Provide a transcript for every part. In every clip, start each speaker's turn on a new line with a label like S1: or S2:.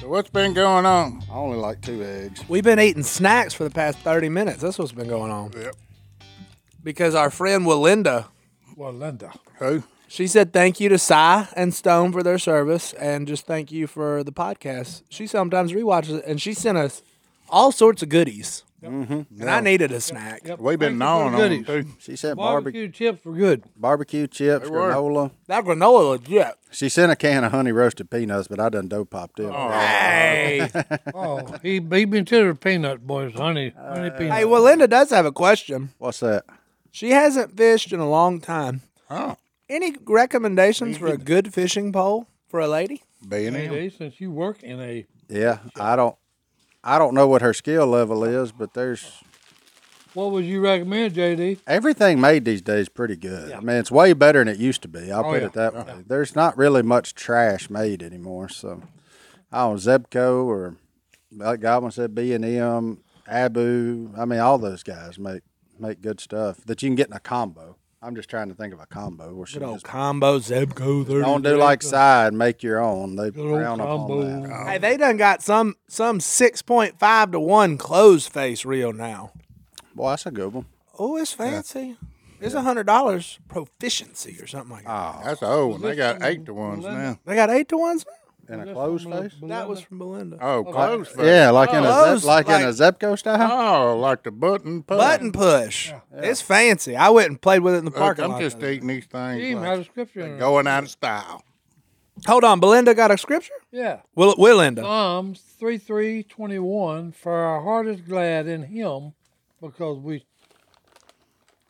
S1: So what's been going on? I only like two eggs.
S2: We've been eating snacks for the past 30 minutes. That's what's been going on.
S1: Yep.
S2: Because our friend Walinda,
S3: Well, Linda.
S1: Who?
S2: she said thank you to Cy and Stone for their service and just thank you for the podcast. She sometimes rewatches it and she sent us all sorts of goodies.
S4: Mm-hmm.
S2: And I needed a snack.
S3: Yep.
S1: We've
S3: Thank you
S1: been
S3: for
S1: gnawing
S3: the
S1: on them
S3: goodies.
S1: too.
S4: She sent barbecue
S3: Barbecue chips were good.
S4: barbecue chips,
S1: were.
S4: granola.
S2: That granola legit.
S4: She sent a can of honey roasted peanuts, but I done dough popped it.
S2: Hey.
S3: Oh, he beat me to the peanut boys, honey. honey peanut.
S2: hey, Walinda does have a question.
S4: What's that?
S2: She hasn't fished in a long time.
S1: Oh,
S2: Any recommendations for a good fishing pole for a lady?
S1: B and M.
S3: Hey, since you work in a
S4: Yeah, I don't, I don't know what her skill level is, but there's
S3: what would you recommend, JD?
S4: everything made these days pretty good. I mean, it's way better than it used to be. I'll
S3: Oh,
S4: put
S3: yeah.
S4: it that way. There's not really much trash made anymore. So, I don't know, Zebco or like Godwin said, B and M, Abu. I mean, all those guys make make good stuff that you can get in a combo. I'm just trying to think of a combo where she
S2: Good old
S4: just
S2: combo Zebco 30.
S4: don't do like side, make your own. They
S3: Good old
S4: frown upon
S3: combo.
S4: that.
S2: Hey, they done got some some six point five to one closed face reel now.
S4: Boy, that's a good one.
S2: Oh, it's fancy. It's a hundred dollars proficiency or something like that.
S3: Oh,
S1: That's old one. They got eight to ones now.
S2: they got eight to ones.
S4: In a closed face?
S2: That was from Belinda.
S1: Oh, close face.
S4: Yeah, like in a
S2: Those,
S4: Zep, like, in a
S2: like-
S4: Zepco style.
S1: Oh, like the button. Put.
S2: Button push. It's fancy. I went and played with it in the
S1: Look,
S2: parking
S1: I'm
S2: lot.
S1: just eating these
S3: He
S1: things
S3: even had a
S1: like
S3: scripture in it.
S1: going out of style.
S2: Hold on, Belinda got a scripture.
S3: Yeah.
S2: Will Willinda.
S3: Psalms 3321 For our heart is glad in him because we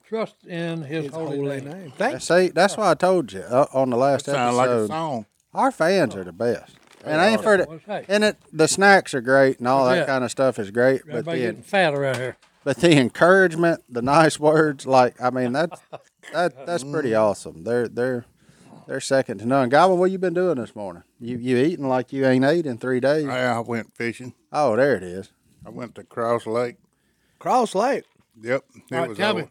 S3: trust in his, holy, name.
S2: Thanks.
S4: See, that's why I told you uh, on the last
S1: Sound like a
S4: episode.
S1: song.
S4: our fans are the best, and I ain't for
S3: Well,
S4: the,
S3: hey.
S4: and it the snacks are great and all
S3: Oh. Yeah.
S4: that kind of stuff is great, but
S3: Everybody
S4: the
S3: getting fat around here.
S4: but the encouragement, the nice words, like I mean that's that that's pretty awesome. They're they're they're second to none. Godwin, what you been doing this morning? You you eating like you ain't ate in three days?
S1: Yeah, I went fishing.
S4: Oh, there it is.
S1: I went to Cross Lake.
S2: Cross Lake.
S1: Yep, it
S3: All right,
S1: was
S3: tell me.
S1: old.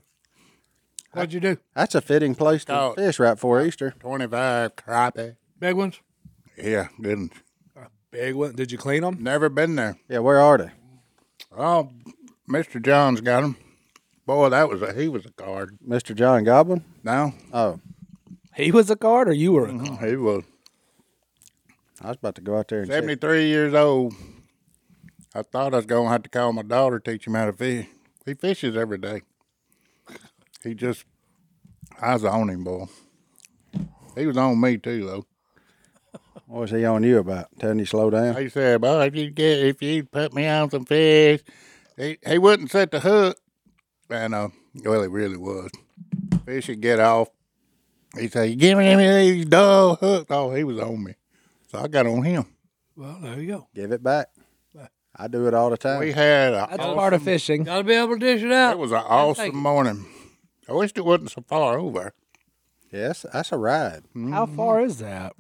S3: What'd you do?
S4: That's a fitting place to
S1: Oh.
S4: fish right before Easter.
S1: twenty-five crappie.
S3: Big ones?
S1: Yeah, good.
S2: Big one. Did you clean them?
S1: Never been there.
S4: Yeah, where are they?
S1: Oh, Mr. John's got him. Boy, that was a he was a card.
S4: Mr. John Goblin?
S1: No,
S2: Uh-huh.
S4: Oh,
S2: He was a guard, or you were a guard.
S1: he was
S4: I was about to go out there and check.
S1: seventy-three years old. I thought I was gonna have to call my daughter teach him how to fish. He fishes every day. He just, I was on him, boy. He was on me too, though.
S4: What was he on you about? Telling you slow down?
S1: He said, "Boy, if you get if you put me on some fish, he he wouldn't set the hook." And uh, well, he really was. Fish would get off. He said, "You give me these dull hooks." Oh, he was on me, so I got on him.
S3: Well, there you go.
S4: Give it back. I do it all the time.
S1: We had a
S2: That's
S1: awesome,
S2: part of fishing.
S3: Gotta be able to dish it
S1: that
S3: out.
S1: was an
S3: it.
S1: awesome morning. I wished it wasn't so far over.
S4: yes, that's a ride.
S2: How far is that?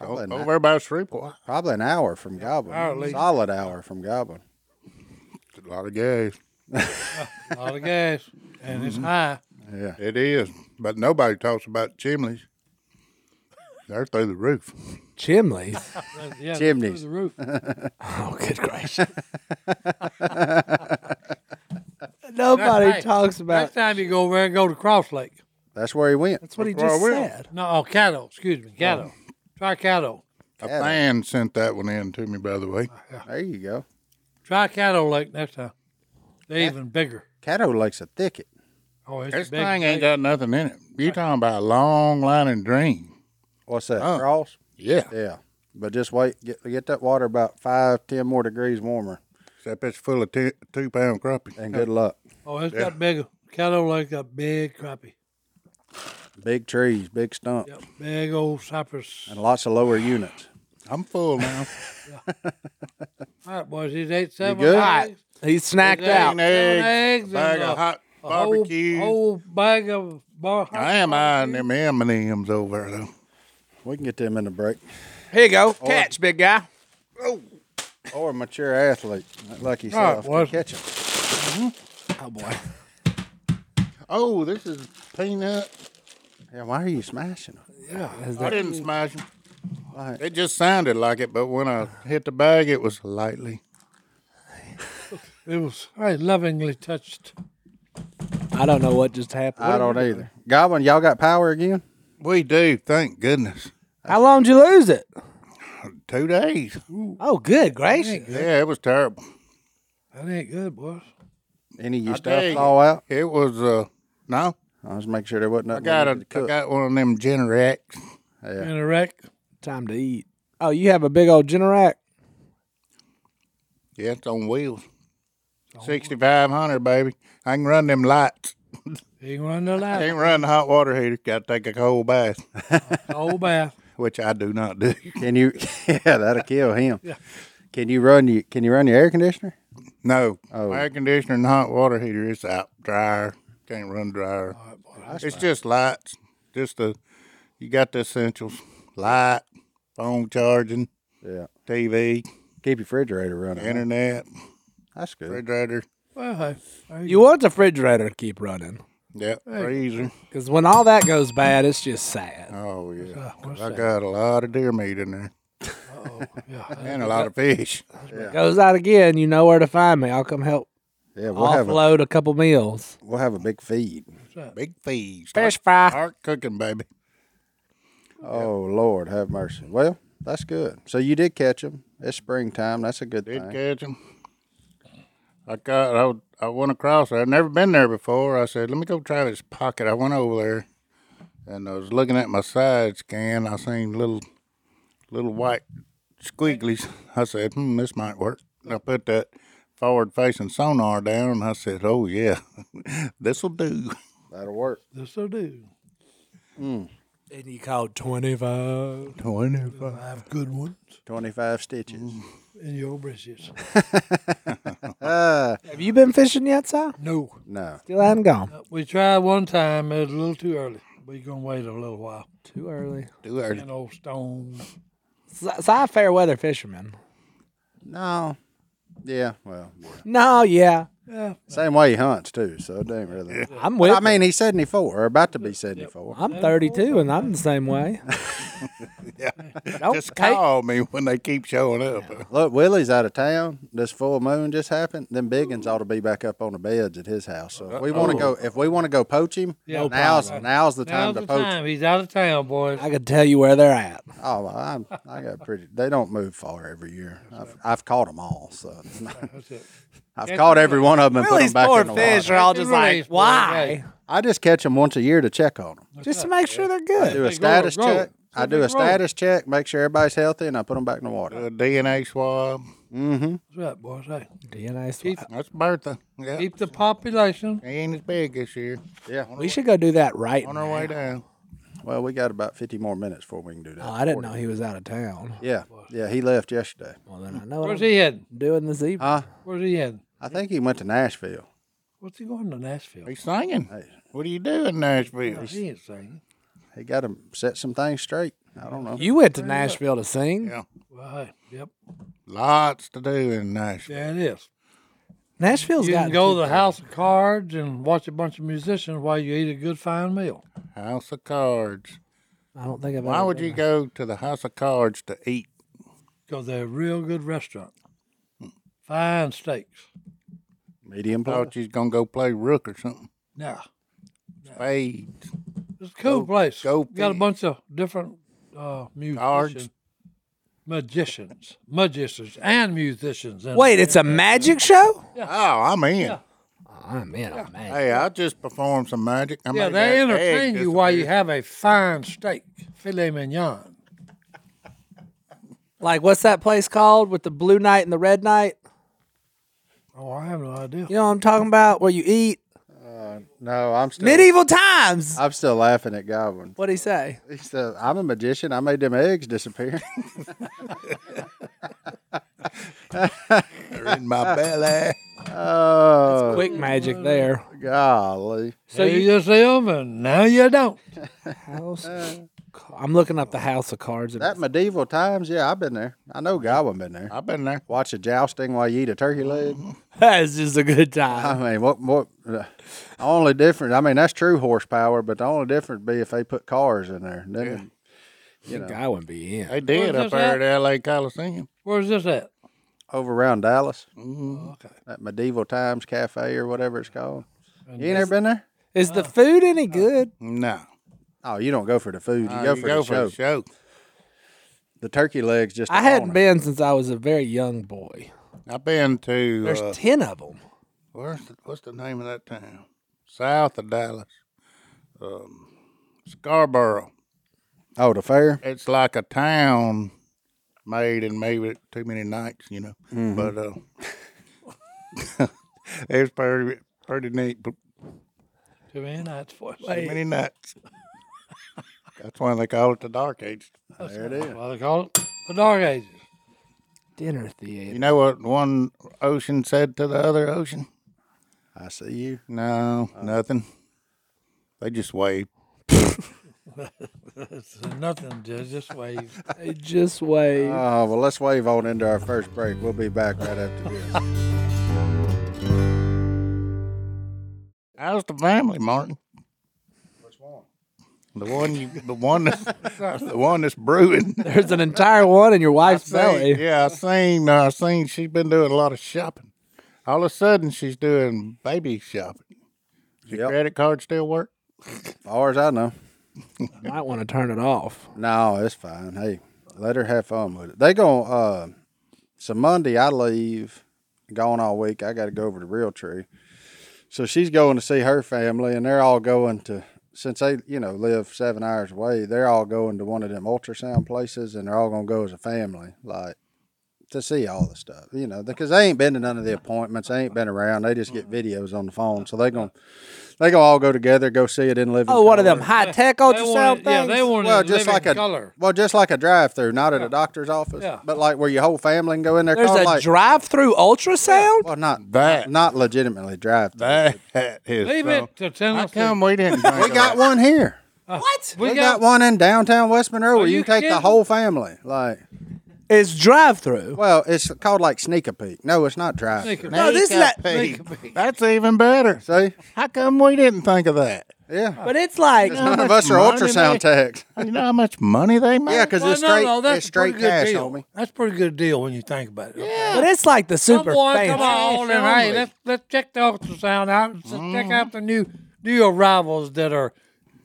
S1: O-
S4: Probably, an,
S1: Over by Shreveport,
S4: probably an hour from Goblin.
S3: hour at least.
S4: Solid hour from Goblin.
S1: it's a lot of gas.
S3: A lot of gas. And
S1: Mm-hmm.
S3: it's high.
S4: Yeah.
S1: It is, but nobody talks about chimneys. They're through the roof.
S2: Chimneys.
S3: Yeah,
S4: Chimneys.
S3: through the roof.
S2: Oh, good gracious. Nobody
S3: Hey,
S2: talks about
S3: Next time you go over there, go to Cross Lake.
S4: That's where he went.
S2: That's what he
S1: That's
S2: just
S1: where I went.
S2: said.
S3: No, oh, Caddo. Excuse me, Caddo.
S1: Oh.
S3: Try Caddo.
S1: A
S4: Yeah.
S1: fan sent that one in to me, by the way.
S4: There you go.
S3: Try Caddo Lake next time. They're even bigger.
S4: Caddo Lake's a thicket.
S3: Oh, it's
S1: This
S3: big.
S1: thing ain't got nothing in it. You talking about a long line and dream?
S4: What's that?
S1: Oh.
S4: Cross?
S1: Yeah.
S4: Yeah. But just wait. Get, get that water about five, ten more degrees warmer,
S1: Except it's full of two, two pound crappie.
S4: and good luck.
S3: Oh, it's got bigger. Caddo Lake got big crappie.
S4: Big trees, big stump,
S3: Big old cypress.
S4: and lots of lower units.
S1: I'm full now.
S3: All right, boys, he's eight seven.
S4: good?
S3: eggs,
S4: All right.
S2: He's snacked
S1: Chicken
S2: out.
S1: eggs,
S3: eggs,
S1: bag
S3: and
S1: of
S3: a-
S1: hot
S3: a whole-
S1: barbecue.
S3: Whole bag of bar.
S1: I am eyeing them M and M's over there, though.
S4: We can get them in the break.
S2: Here you go. Catch, big guy.
S4: Or a mature athlete, like
S3: right,
S4: yourself,
S3: boys.
S4: can catch them.
S2: Oh boy.
S1: Oh, this is peanut.
S4: Yeah, why are you smashing them?
S1: I didn't smash them.
S4: Like,
S1: It just sounded like it, but when I hit the bag, it was lightly.
S3: It was I lovingly touched.
S2: I don't know what just happened.
S4: I don't either. Goblin, y'all got power again?
S1: We do, thank goodness.
S2: How long did you lose it?
S1: Two days.
S2: Oh, good gracious.
S1: Yeah, it was terrible.
S3: That ain't good, boys.
S4: Any of
S1: I
S4: your
S1: dig
S4: stuff
S1: it.
S4: all out?
S1: It was uh no.
S4: I was making sure there wasn't
S1: I
S4: nothing.
S1: got
S4: we
S1: a
S4: needed to
S1: I
S4: cook.
S1: got one of them Generac.
S4: Yeah.
S3: In a wreck.
S2: Time to eat. Oh, you have a big old Generac.
S1: Yeah, it's on wheels. Sixty five hundred, baby. I can run them lights.
S3: You can run the light.
S1: Can't run the hot water heater. Got to take a cold bath,
S3: Old bath.
S1: which I do not do.
S4: Can you? Yeah, that'll kill him. Can you run you? Can you run your air conditioner?
S1: No,
S4: Oh.
S1: air conditioner and hot water heater. It's out dryer. Can't run dryer. it's just lights. Just the you got the essentials: light, phone charging,
S4: Yeah.
S1: TV,
S4: Keep your refrigerator running. huh?
S1: internet,
S4: That's good.
S1: refrigerator.
S3: Well, hey, there
S2: You want the refrigerator to keep running.
S1: Yep, freezer.
S2: Because when all that goes bad, it's just sad.
S1: Oh yeah, 'Cause
S3: what's
S1: I got a lot of deer meat in there
S3: Yeah.
S1: and a lot of fish.
S2: Goes out again, you know where to find me. I'll come help
S4: Yeah, we'll have a
S2: offload a couple meals.
S4: we'll have a big feed.
S1: Big fish.
S2: Fish fry.
S1: Start cooking, baby.
S4: Oh Lord, have mercy. Well, that's good. So you did catch him. It's springtime. That's a good
S1: Did
S4: thing.
S1: catch him. I got. I, w- I went across there. I'd never been there before. I said, "Let me go try this pocket." I went over there, and I was looking at my side scan. I seen little, little white squigglies. I said, "Hmm, this might work." And I put that forward-facing sonar down, and I said, "Oh yeah, this will do."
S4: That'll work.
S3: This'll do.
S2: And you called 25.
S3: I have good ones
S4: Twenty five stitches.
S3: in your britches.
S2: Have you been fishing yet, Si?
S3: No.
S4: Uh, No.
S2: Still hadn't gone.
S3: We tried one time. It was a little too early. We're going to wait a little while.
S2: Too early.
S1: Do our
S3: An old stone.
S2: Si, Si, fair weather fisherman.
S4: No. Yeah. Well,
S2: No, yeah.
S3: Yeah.
S4: same way he hunts too. So it ain't really.
S2: I'm
S4: But
S2: with.
S4: I mean, he's seventy four or about to be seventy four.
S2: I'm 32 and I'm the same way. Don't
S1: Just
S2: take-
S1: call me when they keep showing up.
S4: Look, Willie's out of town. This full moon just happened. Them biggins ought to be back up on the beds at his house. So if we want to go, if we want to go poach him,
S3: Yeah. No
S4: now's
S3: problem.
S4: now's the time
S3: Now's
S4: to
S3: the
S4: poach.
S3: time. He's out of town, boys.
S2: I could tell you where they're at.
S4: Oh, well, I'm, I got pretty. They don't move far every year. I've, I've caught them all, so it's not,
S3: That's it.
S4: I've caught every one of them and put them
S2: Willie's
S4: back
S2: poor
S4: in the
S2: fish
S4: water.
S2: are all
S3: They
S2: just
S3: really
S2: like,
S3: is poor,
S2: why?
S3: right.
S4: I just catch them once a year to check on them.
S2: Just to make sure they're
S4: I do
S2: good.
S4: a
S3: grow-
S4: status
S3: grow.
S4: check. I do
S3: they
S4: a
S3: grow.
S4: status check, make sure everybody's healthy, and I put them back in the water.
S1: Uh,
S4: Mm-hmm.
S1: A DNA swab.
S3: That's right, boys. Hey,
S2: DNA swab.
S1: That's Bertha. Yeah,
S3: keep the population.
S1: he ain't as big this year.
S4: Yeah.
S2: We should go do that right
S1: On our
S2: now.
S1: way down.
S4: Well, we got about 50 more minutes before we can do that.
S2: Oh, I didn't know he was out of town.
S4: Yeah. Yeah. He left yesterday.
S2: Well, then I know what I'm
S3: Where's he heading?
S2: doing this evening.
S4: Huh?
S3: Where's he heading?
S4: I think he went to Nashville.
S3: What's he going to Nashville?
S1: He's singing.
S4: Hey.
S1: What do you do in Nashville?
S3: He ain't singing.
S4: He got to set some things straight. I don't know.
S2: you went to Nashville to sing.
S1: Yeah.
S3: Well, hey, yep.
S1: Lots to do in Nashville.
S3: There it is.
S2: Nashville's
S3: You can
S2: got
S3: go to the House of Cards and watch a bunch of musicians while you eat a good fine meal.
S1: House of Cards.
S2: I don't think I've
S1: Why
S2: ever
S1: would
S2: been
S1: you go to the House of Cards to eat?
S3: Because they're a real good restaurant. Fine steaks.
S4: Medium plus.
S1: Thought you was gonna go play rook or something.
S3: Now,
S1: Spades.
S3: it's a cool
S1: Go-
S3: place.
S1: go
S3: Got a
S1: fish.
S3: bunch of different uh, musicians.
S1: Cards.
S3: Magicians. Magicians and musicians. in
S2: Wait, it's a magic show?
S1: Oh, I'm in.
S2: I'm in a magic.
S1: Hey, I just performed some magic. I
S3: Yeah,
S1: made
S3: they
S1: that egg
S3: entertain you while you
S1: disappear.
S3: have a fine steak, filet mignon.
S2: Like, what's that place called with the blue night and the red night?
S3: Oh, I have no idea.
S2: You know what I'm talking about? Where you eat
S4: No, I'm still.
S2: Medieval times.
S4: I'm still laughing at Godwin.
S2: What'd he say?
S4: He said, "I'm a magician. I made them eggs disappear."
S1: They're in my belly.
S4: oh,
S2: Quick magic there.
S4: golly!
S2: So
S3: So you
S2: you
S3: just them, and now you don't.
S2: house. I'm looking up the house of cards.
S4: That medieval times, yeah, I've been there. I know Godwin been there.
S1: I've been there.
S4: Watch a jousting while you eat a turkey leg.
S2: That's just a good time.
S4: I mean, what what? The only difference, I mean, that's true horsepower, but the only difference would be if they put cars in there. Then
S2: You Uh, I wouldn't be in.
S1: They did
S3: Where's
S1: up
S3: this
S1: there at L.A. Coliseum.
S3: Where's this at?
S4: over around Dallas, Mm-hmm.
S3: Okay.
S4: that medieval times cafe or whatever it's called. you ain't ever been there?
S2: Is the food any good?
S1: No.
S4: Oh, you don't go for the food. You
S1: Uh,
S4: go for, the, show.
S1: show.
S4: The turkey legs just.
S2: I
S4: a
S2: hadn't
S4: honor.
S2: been since I was a very young boy.
S1: I've been to
S2: There's
S1: uh,
S2: ten of them.
S1: where's the, what's the name of that town? South of Dallas, um, Scarborough.
S4: Oh, the fair.
S1: It's like a town made in maybe too many nights, you know.
S4: Mm-hmm.
S1: But uh, it's pretty pretty neat. But
S3: Too many nights for it.
S1: too many nights. That's why they call it the Dark Age.
S4: There it is.
S3: Well, they call it the Dark Ages.
S2: Dinner theater.
S1: You know what one ocean said to the other ocean?
S4: I see you. Uh.
S1: No, nothing. They just waved.
S3: It's nothing, just, just wave.
S2: They just wait.
S4: Oh, well, let's wave on into our first break. We'll be back right after this.
S1: How's the family, Martin? Which one? The one you, the one that's, the one that's brewing.
S2: There's an entire one in your wife's belly.
S1: Seen- yeah, I seen. I seen. She's been doing a lot of shopping. All of a sudden, she's doing baby shopping. Your
S4: Yep.
S1: credit card still work?
S4: Far as I know.
S2: Might want to turn it off.
S4: No, it's fine. Hey, let her have fun with it. They going to uh so Monday I leave, gone all week. I gotta go over to Real Tree. So she's going to see her family and they're all going to since they, you know, live seven hours away, they're all going to one of them ultrasound places and they're all gonna go as a family, like to see all the stuff, you know, because they ain't been to none of the appointments, they ain't been around, they just
S2: Mm-hmm.
S4: get videos on the phone, so they gonna they gonna all go together, go see it in living.
S2: Oh, one of
S4: color.
S2: them high tech
S3: They
S2: ultrasound
S3: want
S2: things.
S3: it, yeah, they want
S4: Well,
S3: it
S4: just
S3: living
S4: like a
S3: color.
S4: well, just like a drive-through, not at a doctor's office,
S3: Yeah.
S4: but like where your whole family can go in there.
S2: There's
S4: kinda
S2: a
S4: like,
S2: drive-through ultrasound.
S4: well, not
S1: That-
S4: not legitimately drive. through
S1: That is.
S3: Leave
S1: some-
S3: it to
S1: How
S3: Tennessee.
S1: come we didn't? Think
S4: We
S1: of
S4: got
S1: that?
S4: one here.
S2: what?
S4: We, got, one in downtown West Monroe where
S3: Are
S4: you,
S3: you
S4: can take the
S3: kidding?
S4: whole family. Like,
S2: It's drive-through.
S4: well, it's called like sneak a peek. No, it's not drive.
S3: Sneak a-
S2: No, this is that-
S1: Hey, That's even better.
S4: See,
S1: How come we didn't think of that?
S4: yeah,
S2: But it's like
S4: none
S1: how
S4: of
S1: much
S4: us are
S1: money they-
S4: ultrasound techs.
S1: You know how much money they make?
S4: Yeah, because
S3: Well,
S4: it's straight.
S3: no, no, that's
S4: it's
S3: a
S4: straight
S3: pretty good
S4: cash,
S3: deal.
S4: homie.
S3: That's a pretty good deal when you think about it. Yeah.
S2: But it's like the super
S3: Come on,
S2: fancy.
S3: come on, and hey, let's let's check the ultrasound out. Let's
S4: Mm-hmm.
S3: check out the new new arrivals that are,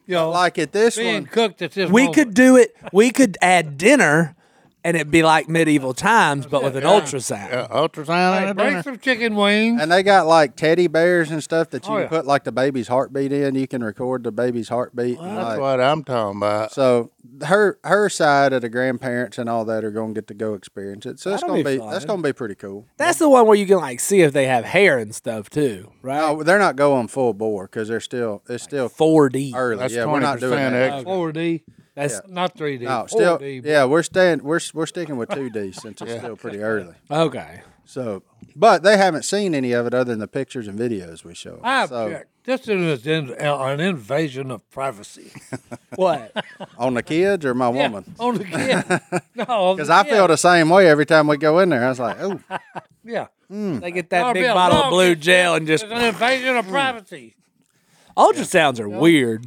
S3: you know,
S4: Like at this
S3: being
S4: one,
S3: cooked at this.
S2: We
S3: moment.
S2: could do it. We could add dinner, and it'd be like medieval times, but with an ultrasound.
S1: Uh, ultrasound
S3: Hey,
S1: and a
S3: bring
S1: dinner.
S3: some chicken wings.
S4: and they got like teddy bears and stuff that you
S3: Oh,
S4: can
S3: yeah.
S4: put like the baby's heartbeat in. You can record the baby's heartbeat. and,
S1: That's
S4: like,
S1: what I'm talking about.
S4: So her her side of the grandparents and all that are going to get to go experience it. So it's
S2: That'll
S4: going to
S2: be
S4: be, that's
S2: fun.
S4: going to be pretty cool.
S2: That's the one where you can like see if they have hair and stuff too, right?
S4: Oh, they're not going full bore because they're still it's still
S2: Four D.
S4: early.
S1: That's
S4: yeah, we're
S1: twenty
S4: not doing
S1: percent
S4: that.
S1: extra.
S3: 4D,
S2: That's
S3: not 3D.
S4: No, still
S3: 4D.
S4: yeah, we're staying we're we're sticking with two D since it's still pretty early.
S2: okay.
S4: So, but they haven't seen any of it other than the pictures and videos we show. 'em.
S3: I
S4: so
S3: object. This is an, an invasion of privacy.
S2: What?
S4: on the kids or my
S3: Yeah,
S2: Oh,
S4: woman.
S3: on the kid. no,
S4: Because I feel the same way every time we go in there. I was like, oh,
S3: Yeah,
S2: they get that
S3: That'll
S2: big
S3: be a
S2: bottle of
S3: long
S2: blue
S3: distance.
S2: gel and
S3: it's
S2: just
S3: an invasion of privacy.
S2: ultrasounds are weird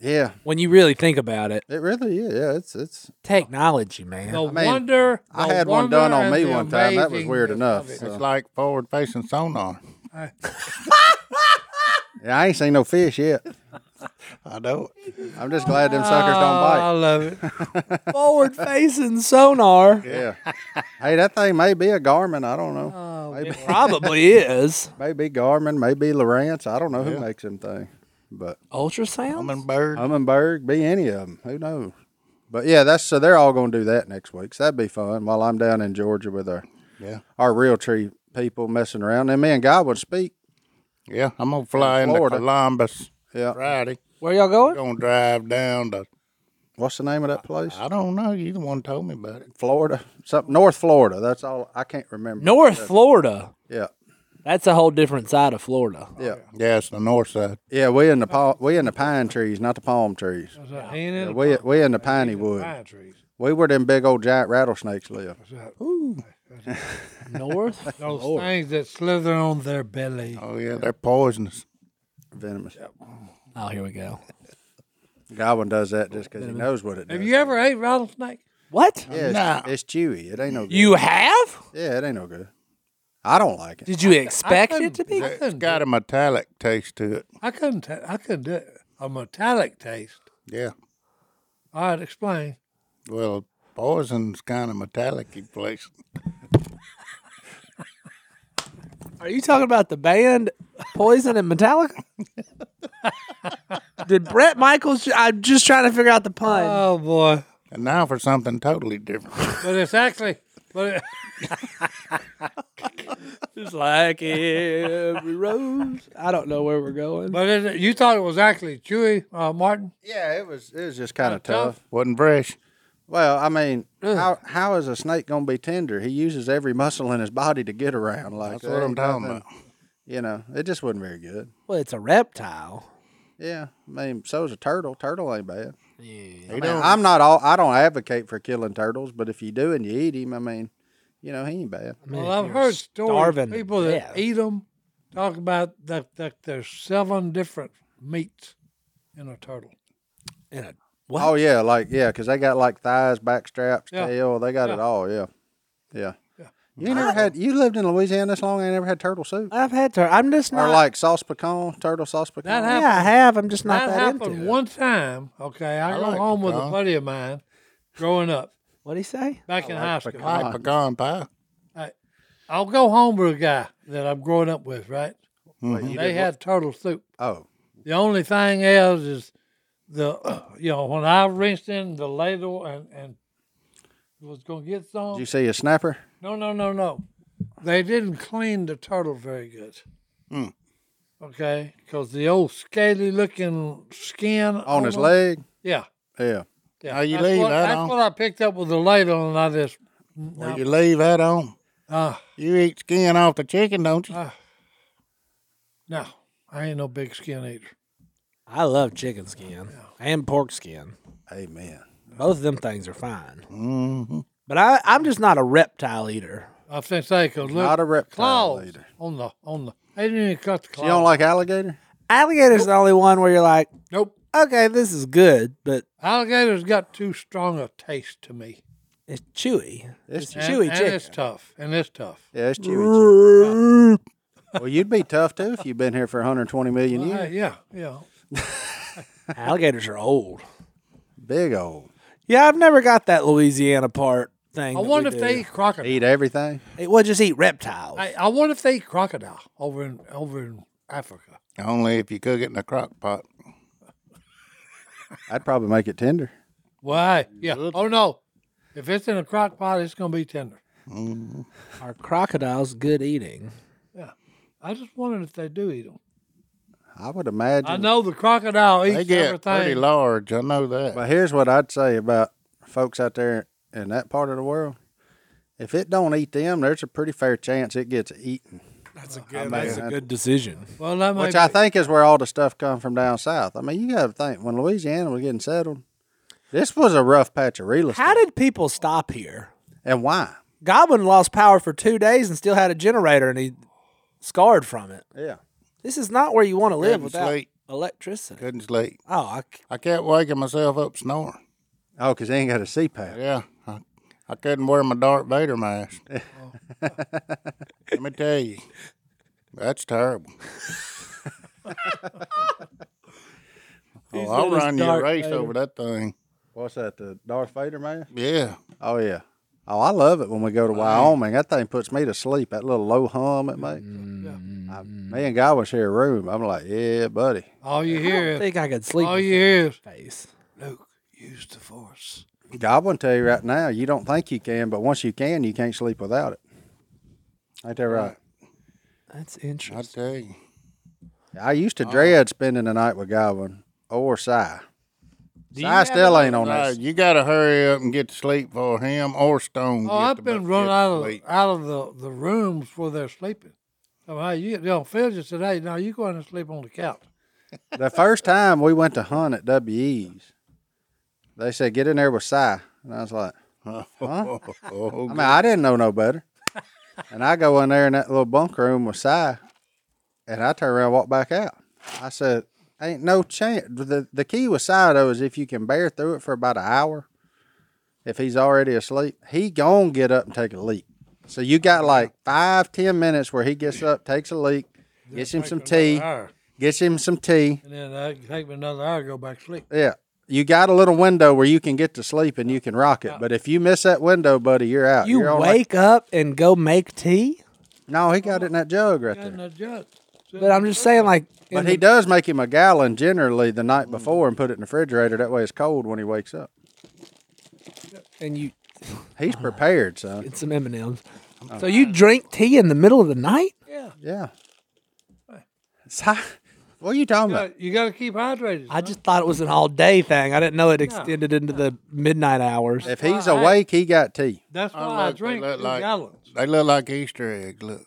S4: yeah,
S2: when you really think about it.
S4: it really is. Yeah, it's it's
S2: Technology, man.
S3: The
S4: mean,
S3: wonder.
S4: I
S3: the
S4: had one done
S3: wonder
S4: on
S3: and
S4: me
S3: the
S4: one time. That was weird
S3: amazingness
S4: enough.
S3: of it.
S4: so.
S1: It's like forward facing sonar.
S4: Yeah, I ain't seen no fish yet.
S1: I know.
S4: I'm just glad them suckers don't
S2: Oh.
S3: I
S4: bite.
S3: love it.
S2: Forward facing sonar
S4: Yeah. hey, that thing may be a Garmin. I don't know. maybe,
S2: probably is
S4: maybe Garmin, maybe Lawrence. I don't know who makes them thing. But
S2: ultrasound.
S1: Hummingbird.
S4: Uh, Hummingbird, be any of them. Who knows? But yeah, that's so they're all going to do that next week. So that'd be fun while I'm down in Georgia with our
S1: Yeah.
S4: our real tree people messing around. And me and God would speak
S1: Yeah, I'm gonna fly into
S4: Florida.
S1: Columbus
S4: Yeah.
S1: Friday.
S2: Where y'all going?
S1: Gonna drive down to
S4: What's the name of that place?
S1: I don't know. You the one told me about it.
S4: Florida. Something North Florida. That's all I can't remember.
S2: North Florida.
S4: Yeah.
S2: That's a whole different side of Florida.
S4: Yeah.
S1: Yeah, it's the north side.
S4: Yeah, we in the pa- we in the pine trees, not the palm trees.
S3: That's a hand in the
S4: We we in the piney wood.
S3: pine trees.
S4: We where them big old giant rattlesnakes live.
S2: North.
S3: Those things that slither on their belly.
S1: Oh yeah, they're poisonous.
S4: Venomous.
S2: Oh, here we go.
S4: Godwin does that just because he knows what it does.
S3: Have you ever ate rattlesnake?
S2: What?
S4: yeah, it's, it's chewy. It ain't no good.
S2: You have?
S4: yeah, it ain't no good. I don't like it.
S2: Did you expect it to be?
S3: I
S1: It's
S3: couldn't,
S1: got a metallic taste to it.
S3: I couldn't, ta- I couldn't do it. A metallic taste.
S1: Yeah.
S3: All right, explain.
S1: Well, poison's kind of metallic place.
S2: Are you talking about the band Poison and Metallica? Did Brett Michaels? I'm just trying to figure out the pun.
S3: Oh boy,
S1: And now for something totally different.
S3: but it's actually, but it,
S2: just like every rose. I don't know where we're going.
S3: but it, you thought it was actually chewy, uh, Martin.
S4: Yeah, it was it was just kind of
S3: tough.
S4: tough.
S1: Wasn't fresh.
S4: Well, I mean, how how is a snake gonna be tender? He uses every muscle in his body to get around. Like
S1: That's what I'm talking about.
S4: You know, it just wasn't very good.
S2: Well, it's a reptile.
S4: Yeah, I mean, so is a turtle. Turtle ain't bad.
S1: He
S4: Man,
S1: don't,
S4: I'm not all. I don't advocate for killing turtles, but if you do and you eat him, I mean, you know, he ain't bad.
S3: Well, I've heard stories
S2: starving
S3: of
S2: to
S3: people
S2: death.
S3: that eat them talk about that, that there's seven different meats in a turtle.
S2: And a, what?
S4: Oh yeah, like yeah, because they got like thighs, back straps,
S3: Yeah.
S4: tail. They got it all. Yeah, yeah. You ain't never had. You lived in Louisiana this long. I ain't never had turtle soup
S2: I've had turtle. I'm just not.
S4: or like sauce pecan, turtle sauce
S3: That
S4: pecan.
S3: happened.
S2: yeah, I have. I'm just not
S3: That
S2: that,
S3: happened
S2: into. it.
S3: one time. Okay, I,
S1: I
S3: go
S1: like
S3: home with a
S1: pecan.
S3: buddy of mine, growing up
S2: What'd he say?
S3: back in high school.
S1: I like pecan pie.
S3: I'll go home with a guy that I'm growing up with, right?
S4: Mm-hmm.
S3: They had turtle soup.
S4: Oh,
S3: The only thing else is the you know when I rinsed in the ladle and and was gonna get
S4: did
S3: some.
S4: you see a snapper?
S3: No, no, no, no. They didn't clean the turtle very good.
S4: Hmm.
S3: Okay, because the old scaly looking skin
S4: on his
S3: them-
S4: leg.
S3: Yeah,
S4: Yeah.
S3: yeah.
S1: Now you
S3: that's
S1: leave
S3: what,
S1: that
S3: that's
S1: on.
S3: what I picked up with the ladle, and I just
S1: Well, you leave that on.
S3: ah
S1: You eat skin off the chicken, don't you?
S3: no, I ain't no big skin eater.
S2: I love chicken skin and pork skin.
S4: Amen.
S2: Both of them things are fine. But I, I'm just not a reptile eater.
S3: I think they could look
S4: Not a reptile
S3: claws
S4: eater.
S3: on the on the. They didn't even cut the claws.
S4: You don't like alligator?
S2: Alligator's the only one where you're like,
S3: Nope.
S2: okay, this is good, but
S3: Alligators got too strong a taste to me.
S2: it's chewy.
S4: It's
S3: And,
S2: Chewy
S3: and
S2: chicken.
S3: it's tough. And it's tough.
S4: Yeah, it's chewy. chewy. well, you'd be tough too if you've been here for 120 million
S3: Yeah,
S4: years.
S3: Uh, yeah, yeah.
S2: Alligators are old.
S4: Big old.
S2: Yeah, I've never got that Louisiana part thing.
S3: I wonder if they eat crocodile.
S4: Eat everything.
S2: they well just eat reptiles.
S3: I, I wonder if they eat crocodile over in over in Africa.
S1: Only if you cook it in a crock pot.
S4: I'd probably make it tender.
S3: Why? Yeah. Oh no. If it's in a crock pot, it's gonna be tender.
S2: are crocodiles good eating?
S3: I just wondered if they do eat them.
S4: I would imagine.
S3: I know the crocodile
S1: They
S3: eats
S1: get pretty
S3: everything.
S1: large. I know that.
S4: But here's what I'd say about folks out there in that part of the world. If it don't eat them, there's a pretty fair chance it gets eaten,
S2: That's a good. that's a good decision.
S3: well, that
S4: which
S3: may
S4: I
S3: be-
S4: think is where all the stuff come from down south. I mean, you got to think when Louisiana was getting settled, this was a rough patch of real estate.
S2: How did people stop here?
S4: and why?
S2: Goblin lost power for two days and still had a generator, and he scarred from it.
S4: Yeah.
S2: This is not where you want to live
S1: Couldn't
S2: without
S1: sleep.
S2: electricity.
S1: Couldn't sleep.
S2: Oh, I, c-
S1: I kept waking myself up snoring.
S4: Oh, because they ain't got a CPAP.
S1: Yeah. I, I couldn't wear my Darth Vader mask. Let me tell you, that's terrible. oh, I'll
S2: doing his
S1: run you a
S2: Darth
S1: race
S2: Vader.
S1: over that thing.
S4: What's that, the Darth Vader man?
S1: Yeah.
S4: Oh, yeah. Oh, I love it when we go to Wyoming. That thing puts me to sleep. That little low hum it makes. I, me and Guy was here room. I'm like, yeah, buddy.
S3: all you
S2: I
S3: hear
S2: don't
S3: is
S2: think I could sleep.
S3: all
S2: with
S3: you hear is
S2: that face.
S3: Luke, use the force.
S4: Goblin tell you right now, you don't think you can, but once you can, you can't sleep without it. Ain't that right?
S2: That's
S1: I
S2: interesting.
S1: tell you,
S4: I used to dread spending the night with Godwin or Cy.
S2: Do you
S4: Cy
S2: have
S4: still ain't on
S1: No,
S4: that.
S1: you got to hurry up and get to sleep for him or Stone.
S3: Oh,
S1: get
S3: I've
S1: to
S3: been
S1: bu-
S3: run
S1: get to
S3: out of
S1: sleep.
S3: out of the, the rooms where they're sleeping. I mean, how you you know, Phil just said, "Hey, now you go in and sleep on the couch."
S4: the first time we went to hunt at WE's, they said, get in there with Cy. And I was like,
S1: Oh,
S4: I mean, I didn't know no better. and I go in there in that little bunk room with Cy, and I turn around and walk back out. I said, Ain't no chance. The, the key with Cy, though, is if you can bear through it for about an hour, if he's already asleep, he gon' get up and take a leak. So you got like five, ten minutes where he gets up, takes a leak, gets him some tea,
S3: Hour.
S4: gets him some tea.
S3: And then that can take me another hour to go back to sleep.
S4: Yeah. You got a little window where you can get to sleep and you can rock it. But if you miss that window, buddy, you're out.
S2: You
S4: You're on like-
S2: wake up and go make tea,
S4: no, he got it in that jug right there.
S3: And the judge.
S2: but I'm just saying, like, in
S4: But he
S2: the-
S4: does make him a gallon generally the night before and put it in the refrigerator. That way it's cold when he wakes up.
S2: and you
S4: He's prepared, son.
S2: get some M and M's. So you drink tea in the middle of the night?
S3: Yeah.
S4: Yeah. It's hot. What are you talking
S3: You
S4: about?
S3: gotta, you gotta keep hydrated.
S2: I
S3: son.
S2: just thought it was an all day thing. I didn't know it extended into the midnight hours.
S4: If he's
S3: Well, I-
S4: awake, he got tea.
S3: That's why
S1: Oh,
S3: I
S1: look, they
S3: drink
S1: look
S3: two
S1: like-
S3: gallons.
S1: They look like Easter eggs. Look.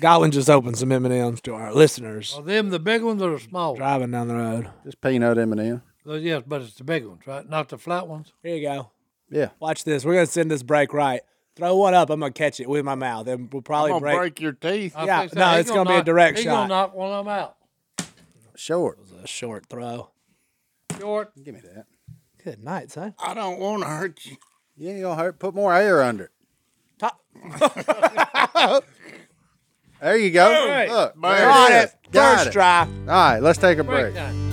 S2: Godwin just opened some M and M's to our listeners
S3: Are them the big ones or the small ones?
S2: driving down the road.
S4: Just peanut M&M.
S3: Uh, Yes, but it's the big ones, right? Not the flat ones.
S2: Here you go.
S4: Yeah.
S2: Watch this. We're gonna send this break right. Throw one up. I'm gonna catch it with my mouth, and we'll probably
S1: I'm gonna
S2: break.
S1: break. your teeth.
S3: I
S2: Yeah,
S3: think
S2: Ah, no,
S3: He
S2: it's gonna be a
S3: knock-
S2: direct
S3: he gonna
S2: shot.
S3: knock one of them out.
S4: Short.
S2: a short throw.
S3: Short.
S4: Give me that.
S2: Good night, son.
S1: I don't want to hurt you.
S4: You ain't gonna hurt. Put more air under it.
S2: Top.
S4: There you go.
S3: right.
S4: Look.
S1: Bam.
S4: there
S2: Got
S4: is.
S2: it.
S4: Got
S2: First
S4: it.
S2: try.
S4: All right, let's take a break.
S3: Break time.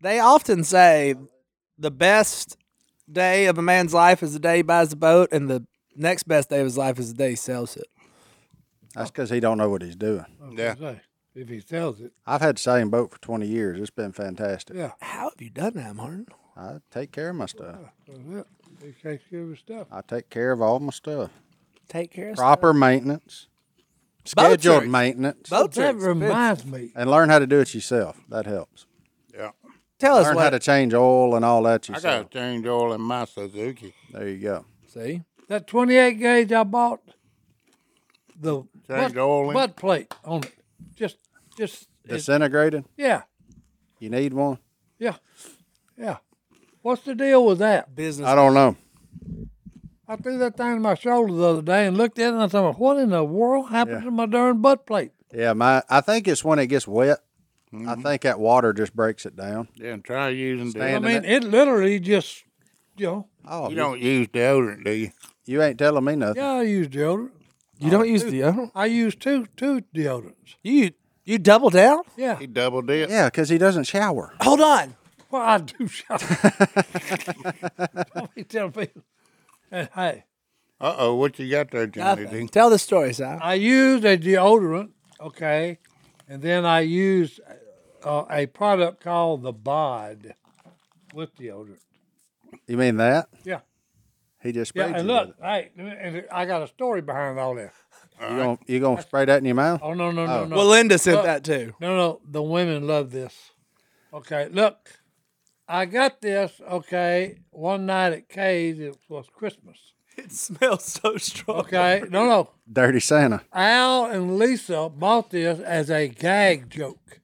S2: They often say the best day of a man's life is the day he buys the boat, and the next best day of his life is the day he sells it.
S4: That's because he don't know what he's doing.
S1: Yeah.
S3: Say, if he sells it,
S4: I've had the same boat for 20 years. It's been fantastic.
S3: yeah,
S2: How have you done that, Martin?
S4: I take care of my stuff.
S3: that's it. He takes care of his stuff.
S4: I take care of all my stuff.
S2: Take care of
S4: proper maintenance,
S2: Boats
S4: scheduled
S2: are-
S4: maintenance,
S2: boats. are
S3: That
S2: expensive.
S3: reminds me.
S4: and learn how to do it yourself. That helps.
S1: Yeah.
S2: Tell us
S4: Learn how
S2: what.
S4: to change oil and all that
S1: I
S4: yourself.
S1: got to change oil in my Suzuki.
S4: There you go.
S2: see,
S3: That 28 gauge I bought, the
S1: Changed
S3: butt,
S1: oil in?
S3: butt plate on it. Just, just, it,
S4: Disintegrated.
S3: yeah,
S4: You need one.
S3: yeah, yeah. What's the deal with that?
S2: business.
S4: I don't know.
S3: I threw that thing on my shoulder the other day and looked at it and I thought, what in the world happened
S4: Yeah.
S3: to my darn butt plate?
S4: Yeah, my I think it's when it gets wet. I
S3: Mm-hmm.
S4: think that water just breaks it down.
S1: Then try using
S3: I
S4: Stand-
S1: deodorant.
S4: And
S3: mean, it literally just, you know,
S4: Oh,
S1: You
S4: you,
S1: don't use deodorant, do you?
S4: you ain't telling me nothing.
S3: yeah, I use deodorant.
S2: You don't use deodorant.
S3: I use two two deodorants.
S2: You you double down.
S3: Yeah.
S1: He double dip.
S4: Yeah, because he doesn't shower.
S2: Hold on.
S3: Well, I do shop. Don't be telling people. And hey,
S1: Uh oh, what you got there, Johnny D?
S2: Nothing. Tell the story, Si.
S3: I used a deodorant, okay, and then I used uh, a product called the Bod with deodorant.
S4: You mean that?
S3: Yeah.
S4: He just
S3: Yeah,
S4: sprayed
S3: and
S4: you.
S3: look, hey, and I got a story behind all that.
S4: You gonna you gonna spray that in your mouth?
S3: Oh, no, no, no, no.
S2: Well, Linda sent
S3: Look.
S2: that too.
S3: No, no, the women love this. Okay, look, I got this, okay, one night at Kay's. It was Christmas.
S2: It smells so strong.
S3: Okay, no, no.
S4: Dirty Santa.
S3: Al and Lisa bought this as a gag joke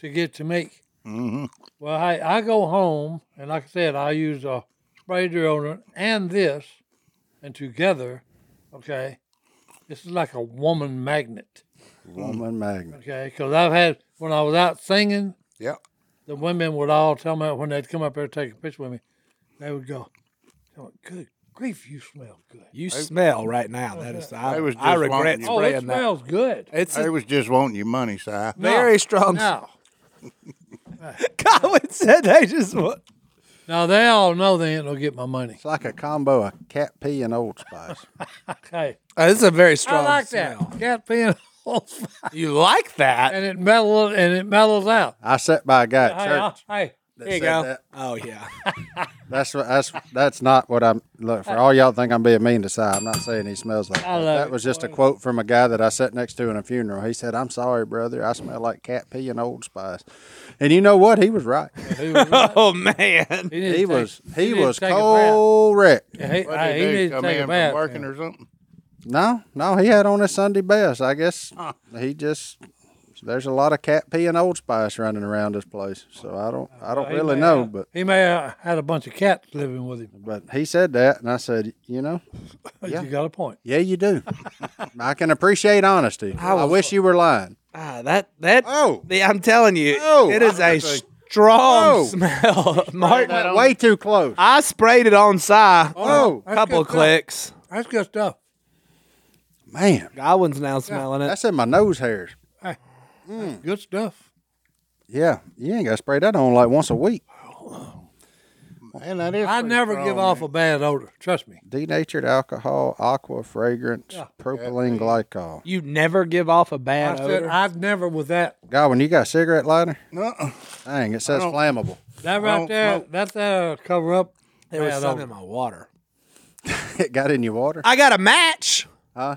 S3: to get to me. Mm-hmm. Well, hey, I go home, and like I said, I use a spray deodorant and this, and together, okay, this is like a woman magnet,
S1: Mm.
S4: Woman magnet.
S3: okay? Because I've had, when I was out singing,
S1: Yeah.
S3: the women would all tell me when they'd come up there to take a picture with me, they would go, "Oh, "Good grief, you smell good."
S2: You smell right now. That is. I,
S1: I was
S2: I
S1: just
S2: regret
S1: wanting you-
S3: Oh, it
S2: spraying that.
S3: smells good.
S2: It's
S1: I
S2: a
S1: was just wanting your money, Si.
S2: very strong.
S3: Now,
S2: Colin said they just want.
S3: now they all know they ain't gonna get my money.
S4: It's like a combo of cat pee and old spice.
S3: Okay,
S2: Oh, this is a very strong
S3: I like
S2: smell.
S3: that cat pin,
S2: You like that?
S3: and it mellows and it mellows out.
S4: I sat by a guy at
S3: Hey,
S1: uh,
S4: church.
S3: I- hey,
S4: that
S2: There you
S4: said
S2: go.
S4: that.
S2: Oh yeah.
S4: That's what- that's that's not what I'm. Look, for all y'all think I'm being mean to Si, I'm not saying he smells like.
S3: I
S4: that.
S3: love
S4: that
S3: it,
S4: was just a
S3: boy.
S4: quote from a guy that I sat next to in a funeral. He said, "I'm sorry, brother. I smell like cat pee and Old Spice." And you know what? He was right.
S3: He was, right.
S2: Oh man.
S3: He didn't
S4: He
S3: take-
S4: was he
S3: didn't
S4: was
S3: take a bath.
S4: correct.
S3: Yeah, He,
S1: What
S3: I-
S1: did
S3: he
S1: he do?
S3: didn't
S1: Come
S3: take
S1: in
S3: a
S1: from
S3: bath.
S1: working or something?
S4: No, no, he had on his Sunday best. I guess he just there's a lot of cat pee and Old Spice running around this place. So I don't I don't
S3: He
S4: really
S3: may
S4: know,
S3: have-
S4: but
S3: he may have had a bunch of cats living with him.
S4: but he said that, and I said, you know, Yeah.
S3: You got a point.
S4: yeah, you do. I can appreciate honesty. I, wish you were lying.
S2: Ah, that that.
S4: Oh.
S2: the- I'm telling you,
S4: Oh,
S2: it is
S4: I
S2: a
S4: was like,
S2: strong
S4: oh.
S2: smell. Mark,
S1: That on-
S4: Way too close.
S2: I sprayed it on Psy.
S4: Oh,
S2: a couple
S3: good
S2: of
S3: stuff.
S2: clicks.
S3: That's good stuff.
S4: Man,
S2: Godwin's now smelling it.
S4: that's in my nose hairs. Hmm.
S3: Good stuff.
S4: Yeah, you ain't got to spray that on like once a week.
S1: Man, that is
S3: I
S1: pretty
S3: never
S1: strong,
S3: give off
S1: man.
S3: a bad odor. Trust me.
S4: Denatured alcohol, aqua fragrance, propylene glycol.
S2: You never give off a
S3: I
S2: bad
S3: said
S2: odor.
S3: I've never with that.
S4: Godwin, you got a cigarette lighter?
S1: Uh-uh.
S4: Dang, it says
S1: don't-
S4: flammable.
S3: That
S1: I
S3: right
S1: don't
S3: there,
S1: smoke.
S3: that there cover up.
S2: there was
S3: bad
S2: some
S3: odor.
S2: in my water.
S4: It got in your water?
S2: I got a match.
S4: Huh?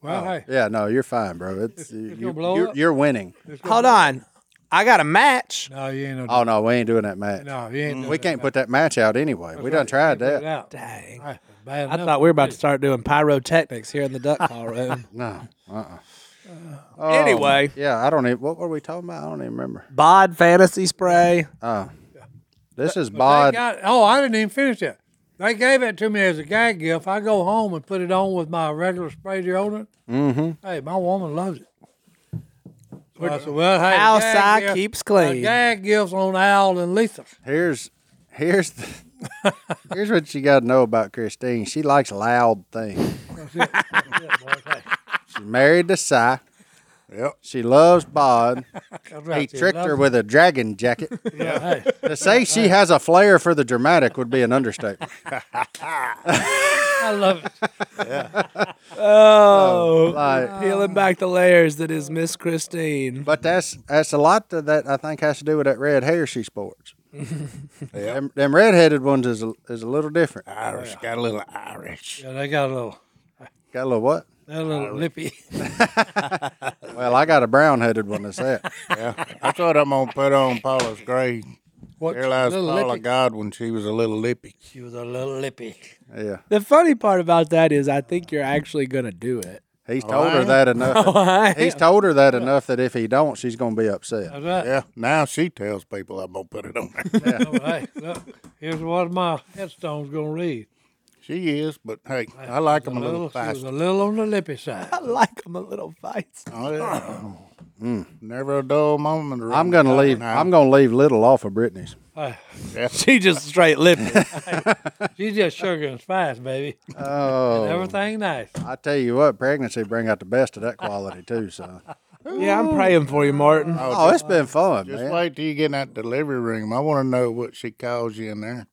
S3: Well, hey,
S4: Yeah, no, you're fine, bro. It's, you,
S3: gonna
S4: you,
S3: blow
S4: you're,
S3: up.
S4: you're winning.
S2: Hold on. I got a match.
S3: no, you ain't no.
S4: Oh no, we ain't doing that match.
S3: No, you ain't.
S4: we can't put that match out anyway. we done tried
S3: Put it
S4: that.
S3: out.
S2: Dang.
S3: Hey, Bad
S2: I
S3: enough.
S2: thought we were about to start doing pyrotechnics here in the duck call room.
S4: No. Uh-uh.
S2: anyway,
S4: Yeah, I don't even. What were we talking about? I don't even remember.
S2: Bod fantasy spray.
S4: This is
S3: They
S4: bod.
S3: got- oh, I didn't even finish it. They gave it to me as a gag gift. I go home and put it on with my regular spray deodorant. Mm-hmm. Hey, my woman loves it. So I said, well, hey,
S2: House
S3: gag
S2: I
S3: gift-
S2: keeps clean.
S3: uh, Gag gifts on Al and Lisa.
S4: Here's here's the, here's what you got to know about Christine. She likes loud things. She's married to Cy.
S1: Yep.
S4: She loves bod.
S3: That's
S4: He
S3: right, she
S4: tricked
S3: loves
S4: her
S3: it.
S4: with a dragon jacket.
S3: Yeah, hey.
S4: To say she has a flair for the dramatic would be an understatement.
S3: I love it.
S2: Oh,
S3: uh,
S4: Like,
S2: peeling back the layers that is Miss Christine.
S4: But that's that's a lot to that I think has to do with that red hair she sports. them, them redheaded ones is a, is a little different.
S1: Irish. Got a little Irish.
S3: Yeah, they got a little,
S4: Got a little what?
S3: they're a little lippy.
S4: Well, I got a brown headed one that's that.
S1: Yeah. I thought I'm going to put on Paula's gray.
S3: What,
S1: Realized
S3: little
S1: Paula
S3: lippy?
S1: Godwin, she was a little lippy.
S3: She was a little lippy.
S4: Yeah,
S2: The funny part about that is, I think you're actually gonna do it.
S4: he's told her that enough. He's told her that enough that if he don't, she's gonna be upset.
S3: That's right.
S1: Yeah, now she tells people I'm going to put it on there.
S3: All right. Look, here's what my headstone's going to read.
S1: She is, but hey, I like them a little
S3: she was
S1: fast.
S3: a little on the lippy side.
S2: I like him a little feisty.
S1: Oh, yeah. Mm. Never a dull moment. around
S4: I'm gonna
S1: Godwin
S4: leave.
S1: House.
S4: I'm gonna leave little off of Britney's.
S3: Hey,
S2: She just straight lipped.
S3: She's just sugar and spice, baby.
S4: Oh,
S3: Everything nice.
S4: I tell you what, pregnancy bring out the best of that quality too. So,
S2: yeah, I'm praying for you, Martin.
S4: oh, it's been fun,
S1: Just
S4: man.
S1: wait till you get in that delivery room. I want to know what she calls you in there.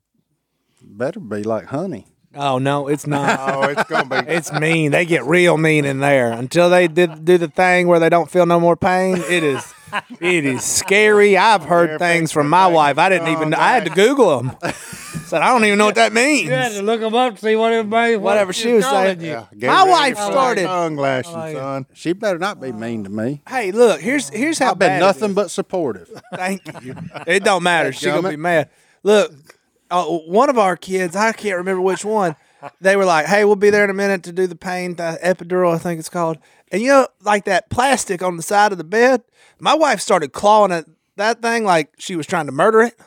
S4: Better be like honey.
S2: Oh no, it's not.
S1: Oh, it's gonna be.
S2: It's mean. They get real mean in there until they did, do the thing where they don't feel no more pain. It is, it is scary. I've heard things Oh, from my wife. I didn't even. I had to Google them. Said I don't even know what that means.
S3: You had to look them up to see what everybody, what
S2: Whatever she was
S3: calling
S2: saying.
S3: you.
S1: Yeah, get
S2: My
S1: ready
S2: wife
S1: for that
S2: started-
S1: tongue lashing,
S3: Oh, yeah.
S1: son.
S4: She better not be mean to me.
S2: Hey, look. Here's here's how
S4: I've been
S2: bad it
S4: nothing but supportive.
S2: Thank you. It don't matter. She gonna
S4: gentleman.
S2: be mad. Look, uh, one of our kids, I can't remember which one. They were like, "Hey, we'll be there in a minute to do the pain th- epidural, I think it's called." And you know, like that plastic on the side of the bed. My wife started clawing at that thing like she was trying to murder it,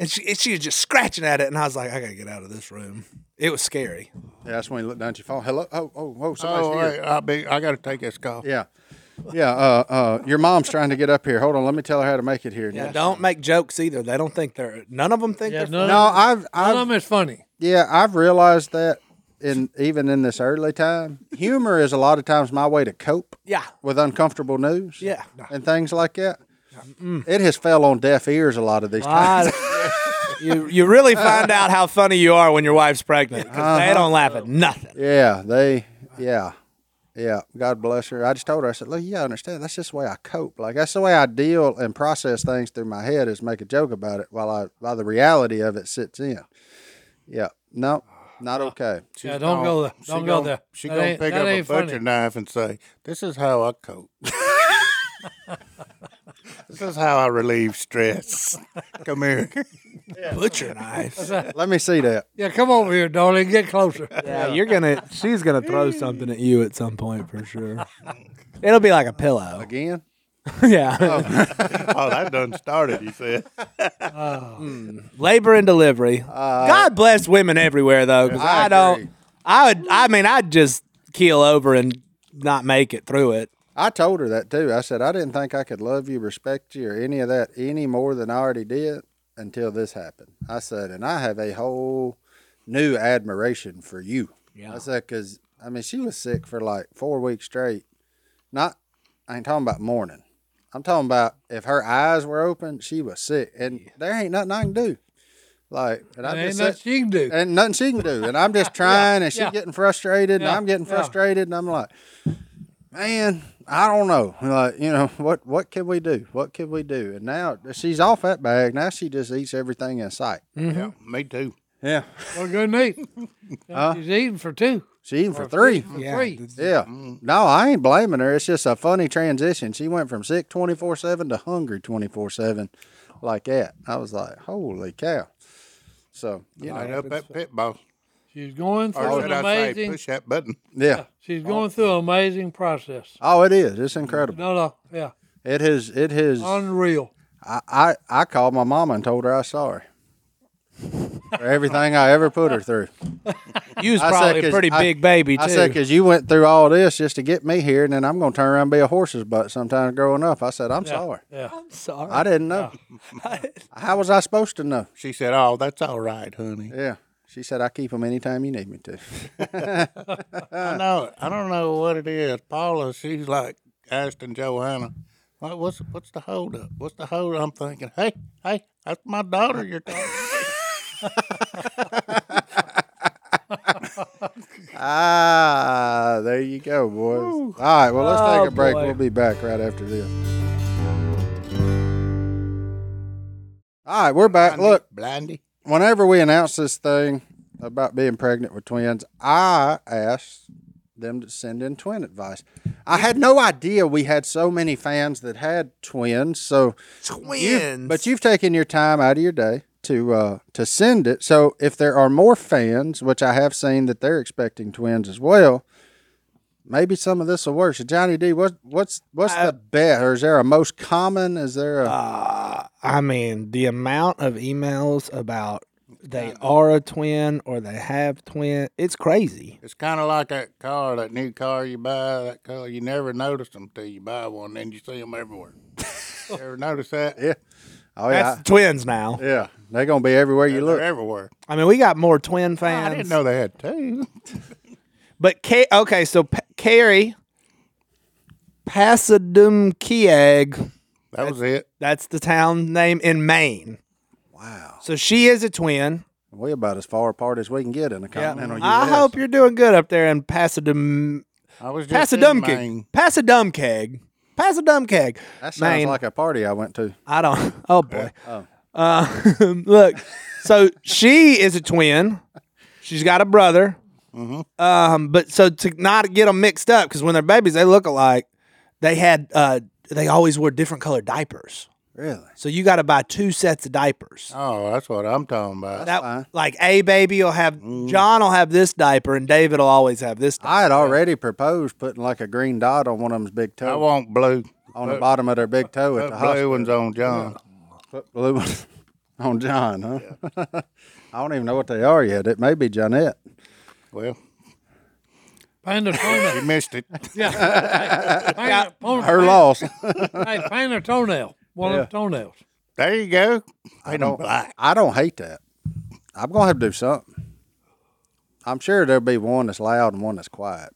S2: and she and she was just scratching at it. And I was like, "I gotta get out of this room." It was scary.
S4: Yeah, that's when you look down at your phone. Hello. Oh, oh, oh, somebody's
S1: Oh,
S4: here.
S1: wait, I be. I gotta take this call.
S4: Yeah. Yeah. Uh, uh, your mom's trying to get up here. Hold on. Let me tell her how to make it here.
S2: Yeah, don't make jokes either. They don't think they're. None of them think
S3: Yeah,
S2: they're.
S3: none,
S4: No, I've,
S3: none
S4: I've,
S3: of them is funny.
S4: yeah, I've realized that in even in this early time, humor is a lot of times my way to cope
S2: Yeah.
S4: with uncomfortable news.
S2: Yeah.
S4: And things like that. It has fell on deaf ears a lot of these times.
S2: I- you you really find out how Uh-huh. funny you are when your wife's pregnant 'cause they don't laugh at nothing.
S4: Yeah, they. Yeah, Yeah, God bless her. I just told her, I said, look, you gotta understand, that's just the way I cope. Like that's the way I deal and process things through my head is make a joke about it while I while the reality of it sits in. Yeah, no, not okay.
S3: Yeah, don't go there.
S1: she
S3: Don't go
S1: gonna-
S3: there.
S1: She
S3: That
S1: gonna
S3: ain't-
S1: pick
S3: that
S1: up a
S3: ain't funny.
S1: butcher knife and say, "This is how I cope. this is how I relieve stress. Come here."
S2: Butcher knives.
S4: Let me see that.
S3: Yeah, come over here, darling. Get closer.
S2: Yeah, you're gonna. She's gonna throw something at you at some point for sure. It'll be like a pillow.
S4: Again?
S2: yeah.
S1: oh, that done started. You said.
S2: labor and delivery. God bless women everywhere, though, because
S4: I
S2: Uh, I, don't.
S4: agree.
S2: I would. I mean, I'd just keel over and not make it through it.
S4: I told her that too. I said I didn't think I could love you, respect you, or any of that any more than I already did until this happened. I said, and I have a whole new admiration for you. Yeah. I said, because I mean, she was sick for like four weeks straight. Not, I ain't talking about morning. I'm talking about if her eyes were open, she was sick, and there ain't nothing I can do. Like, and I
S3: There ain't
S4: just
S3: nothing
S4: said-
S3: she can do.
S4: and nothing she can do. And I'm just trying, and she
S3: yeah.
S4: getting frustrated,
S3: Yeah,
S4: and I'm getting
S3: yeah.
S4: frustrated, and I'm like, man, I don't know. Like, you know, what what can we do? What can we do? And now she's off that bag. Now she just eats everything in sight.
S1: Yeah, me too.
S4: Yeah,
S3: Well, good meat. She's eating for two.
S4: she eating for three.
S2: Yeah.
S3: Three.
S4: Yeah.
S3: Mm-hmm.
S4: No, I ain't blaming her. It's just a funny transition. She went from sick 24 7 to hungry 24 7 like that. I was like, holy cow. So, you know,
S1: Light up that pit boss,
S3: She's going
S1: or
S3: through an
S1: should I say,
S3: amazing.
S1: push that button.
S4: yeah.
S3: She's going through an amazing process.
S4: Oh, it is. It's incredible.
S3: No, no, yeah,
S4: It has, it has.
S3: Oh, unreal.
S4: I, I, I called my mama and told her I saw her for everything I ever put her through.
S2: You was
S4: I said,
S2: probably a
S4: 'cause
S2: pretty
S4: I-
S2: big baby too.
S4: I said, because you went through all this just to get me here, and then I'm going to turn around and be a horse's butt sometime growing up. I said, I'm sorry.
S3: Yeah,
S2: I'm sorry.
S4: I didn't know. How was I supposed to know?
S1: She said, "Oh, that's all right, honey."
S4: Yeah. She said, I keep them anytime you need me to.
S1: I know. I don't know what it is. Paula, she's like Ashton Johanna. What, what's what's the hold up? What's the hold? I'm thinking, hey, hey, that's my daughter. You're talking. to."
S4: ah, there you go, boys. All right. Well, let's
S2: Oh,
S4: take a break.
S2: boy.
S4: We'll be back right after this. All right. We're back. Look,
S1: Blindy.
S4: whenever we announced this thing about being pregnant with twins, I asked them to send in twin advice. I had no idea we had so many fans that had twins. So,
S2: twins.
S4: but you've taken your time out of your day to uh, to send it. So, if there are more fans, which I have seen that they're expecting twins as well. Maybe some of this will work. So Johnny D, what what's what's the bet? Or is there a most common? Is there a
S2: Uh, I mean, the amount of emails about they are a twin or they have twin. It's crazy.
S1: It's kind of like that car, that new car you buy, that color. You never notice them till you buy one, then you see them everywhere. you ever notice that?
S4: yeah? Oh yeah,
S2: That's twins now.
S4: yeah. They're gonna be everywhere you look.
S1: They're everywhere.
S2: I mean, we got more twin fans.
S1: Oh, I didn't know they had two.
S2: But K- okay, so P- Carrie Pasadumkeag,
S1: That was it.
S2: that's the town name in Maine. Wow. So she is a twin.
S4: We about as far apart as we can get in the continental
S2: I
S4: U.S.
S2: hope you're doing good up there in Pasadum
S1: I was just in
S2: Pasadumkeag.
S1: Maine.
S2: Pasadumkeag. Pasadumkeag.
S4: that sounds
S2: Maine.
S4: like a party I went to.
S2: I don't Oh boy. Uh,
S1: Oh.
S2: look. So she is a twin. She's got a brother.
S1: Mm-hmm.
S2: Um, but so to not get them mixed up, because when they're babies, they look alike. They had uh, they always wore different colored diapers.
S4: Really?
S2: So you got to buy two sets of diapers.
S1: Oh, that's what I'm talking about.
S2: that
S4: fine.
S2: like a baby will have
S1: Mm.
S2: John will have this diaper and David will always have this. Diaper.
S4: I had already proposed putting like a green dot on one of them's big
S1: I
S4: toe
S1: want blue.
S4: on the bottom of their big toe at
S1: Put
S4: the
S1: blue
S4: hospital.
S1: ones on John.
S4: Put blue one on John, huh? I don't even know what they are yet. It may be Johnette.
S1: Well,
S3: Panda toenail.
S1: you missed it.
S3: yeah, Paint a- paint a-
S4: Her loss.
S3: Hey, paint a toenail. One of the toenails.
S1: There you go.
S4: I don't. I don't hate that. I'm gonna have to do something. I'm sure there'll be one that's loud and one that's quiet.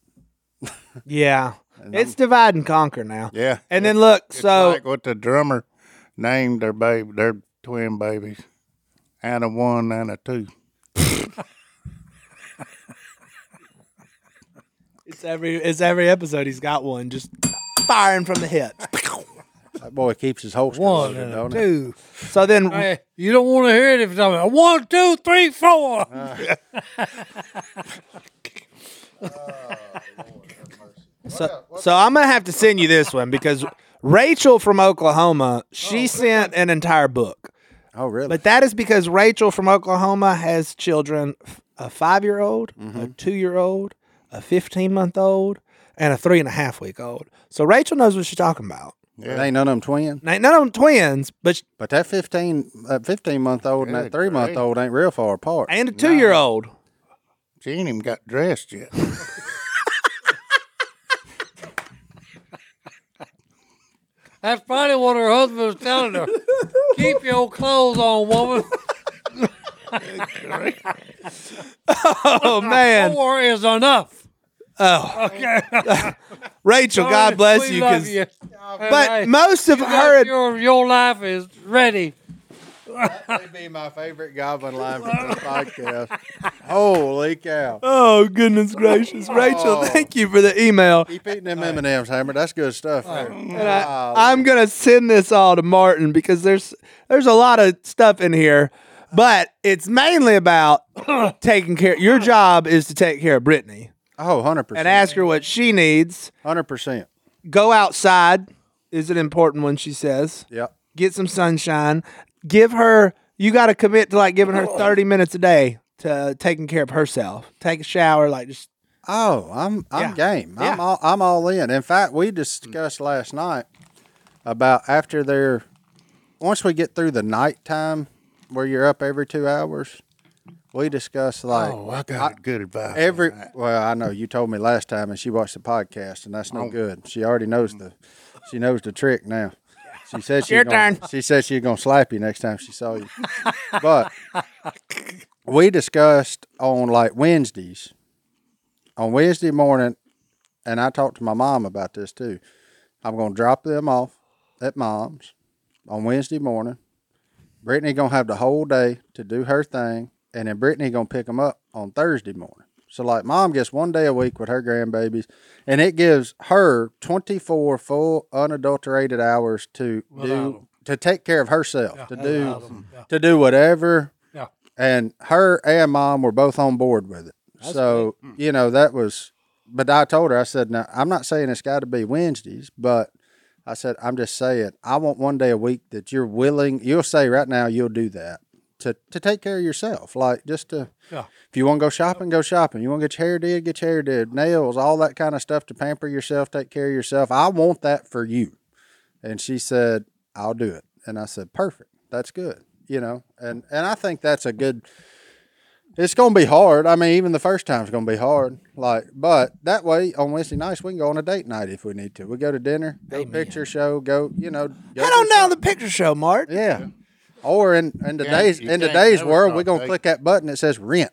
S2: Yeah, it's divide and conquer now.
S1: Yeah.
S2: And then look,
S1: It's
S2: so
S1: like what the drummer named their baby, their twin babies, and a one and a two.
S2: It's every it's every episode he's got one just firing from the hip.
S4: That boy keeps his holster
S3: One
S4: loaded,
S3: and a
S4: don't he?
S3: two.
S2: So then
S3: Hey, you don't want to hear it if it's on a one, two, three, four.
S2: Uh. so, so I'm gonna have to send you this one because Rachel from Oklahoma,
S3: Oh.
S2: she sent an entire book.
S4: Oh, really?
S2: But that is because Rachel from Oklahoma has children f- a five year old, a
S3: Mm-hmm.
S2: two year old, a 15 month old, and a three and a half week old. So Rachel knows what she's talking about.
S4: It ain't none of them twin.
S2: Now, none of them twins, but sh-
S4: But that 15, that 15 month old and that
S1: Good
S4: three month old ain't real far apart.
S2: and a two year old.
S1: She ain't even got dressed yet.
S3: That's probably what her husband was telling her. Keep your clothes on, woman.
S2: Oh man,
S3: Four is enough.
S2: Rachel, God bless
S3: we
S2: you.
S3: love
S2: 'cause-
S3: you.
S2: But most of her,
S3: Her your, your life is ready.
S4: That'd be my favorite goblin line from the podcast. Holy cow.
S2: oh goodness gracious, Rachel,
S4: Oh.
S2: thank you for the email.
S4: Keep eating them M&M's, Hammer. That's good stuff. there.
S2: I'm gonna send this all to Martin because there's there's a lot of stuff in here, but it's mainly about taking care. Your job is to take care of Brittany
S4: Oh, 100%.
S2: and ask her what she needs.
S4: 100%.
S2: Go outside is an important one. She says,
S4: Yep.
S2: get some sunshine. Give her. You got to commit to like giving her 30 minutes a day to taking care of herself. Take a shower, like just
S4: Oh, I'm I'm game. I'm
S2: Yeah.
S4: all I'm all in. In fact, we discussed last night about after their once we get through the nighttime where you're up every two hours, we discussed like
S1: Oh, I got good advice.
S4: every well, I know you told me last time and she watched the podcast and
S2: Oh.
S4: that's no good. She already knows the she knows the trick now. She said she
S2: Your
S4: gonna,
S2: turn.
S4: she said she's gonna slap you next time she saw you. but we discussed on like Wednesdays, on Wednesday morning, and I talked to my mom about this too. I'm gonna drop them off at mom's on Wednesday morning. Brittany gonna have the whole day to do her thing, and then Brittany gonna pick them up on Thursday morning. So like, mom gets one day a week with her grandbabies, and it gives her 24 full unadulterated hours to do to take care of herself, to do to do whatever
S3: Yeah.
S4: and her and mom were both on board with it. so you know that was, but I told her I said, "Now I'm not saying it's got to be Wednesdays, but I said I'm just saying I want one day a week that you're willing. You'll say right now you'll do that to to take care of yourself, like just to.
S3: Yeah.
S4: If you want to go shopping, go shopping. You want to get your hair did, get your hair did. Nails, all that kind of stuff to pamper yourself, take care of yourself. I want that for you. And she said, I'll do it. And I said, perfect. That's good. You know, and, and I think that's a good, it's going to be hard. I mean, even the first time's going to be hard. Like, but that way on Wednesday nights, we can go on a date night if we need to. We go to dinner, go picture show, go, you know, go
S2: I
S4: do
S2: don't know the picture show, Martin.
S4: yeah. Or in, in today's
S1: you
S4: in
S1: can't
S4: today's
S1: never
S4: world,
S1: stop
S4: we're gonna
S1: dating.
S4: click that button that says rent.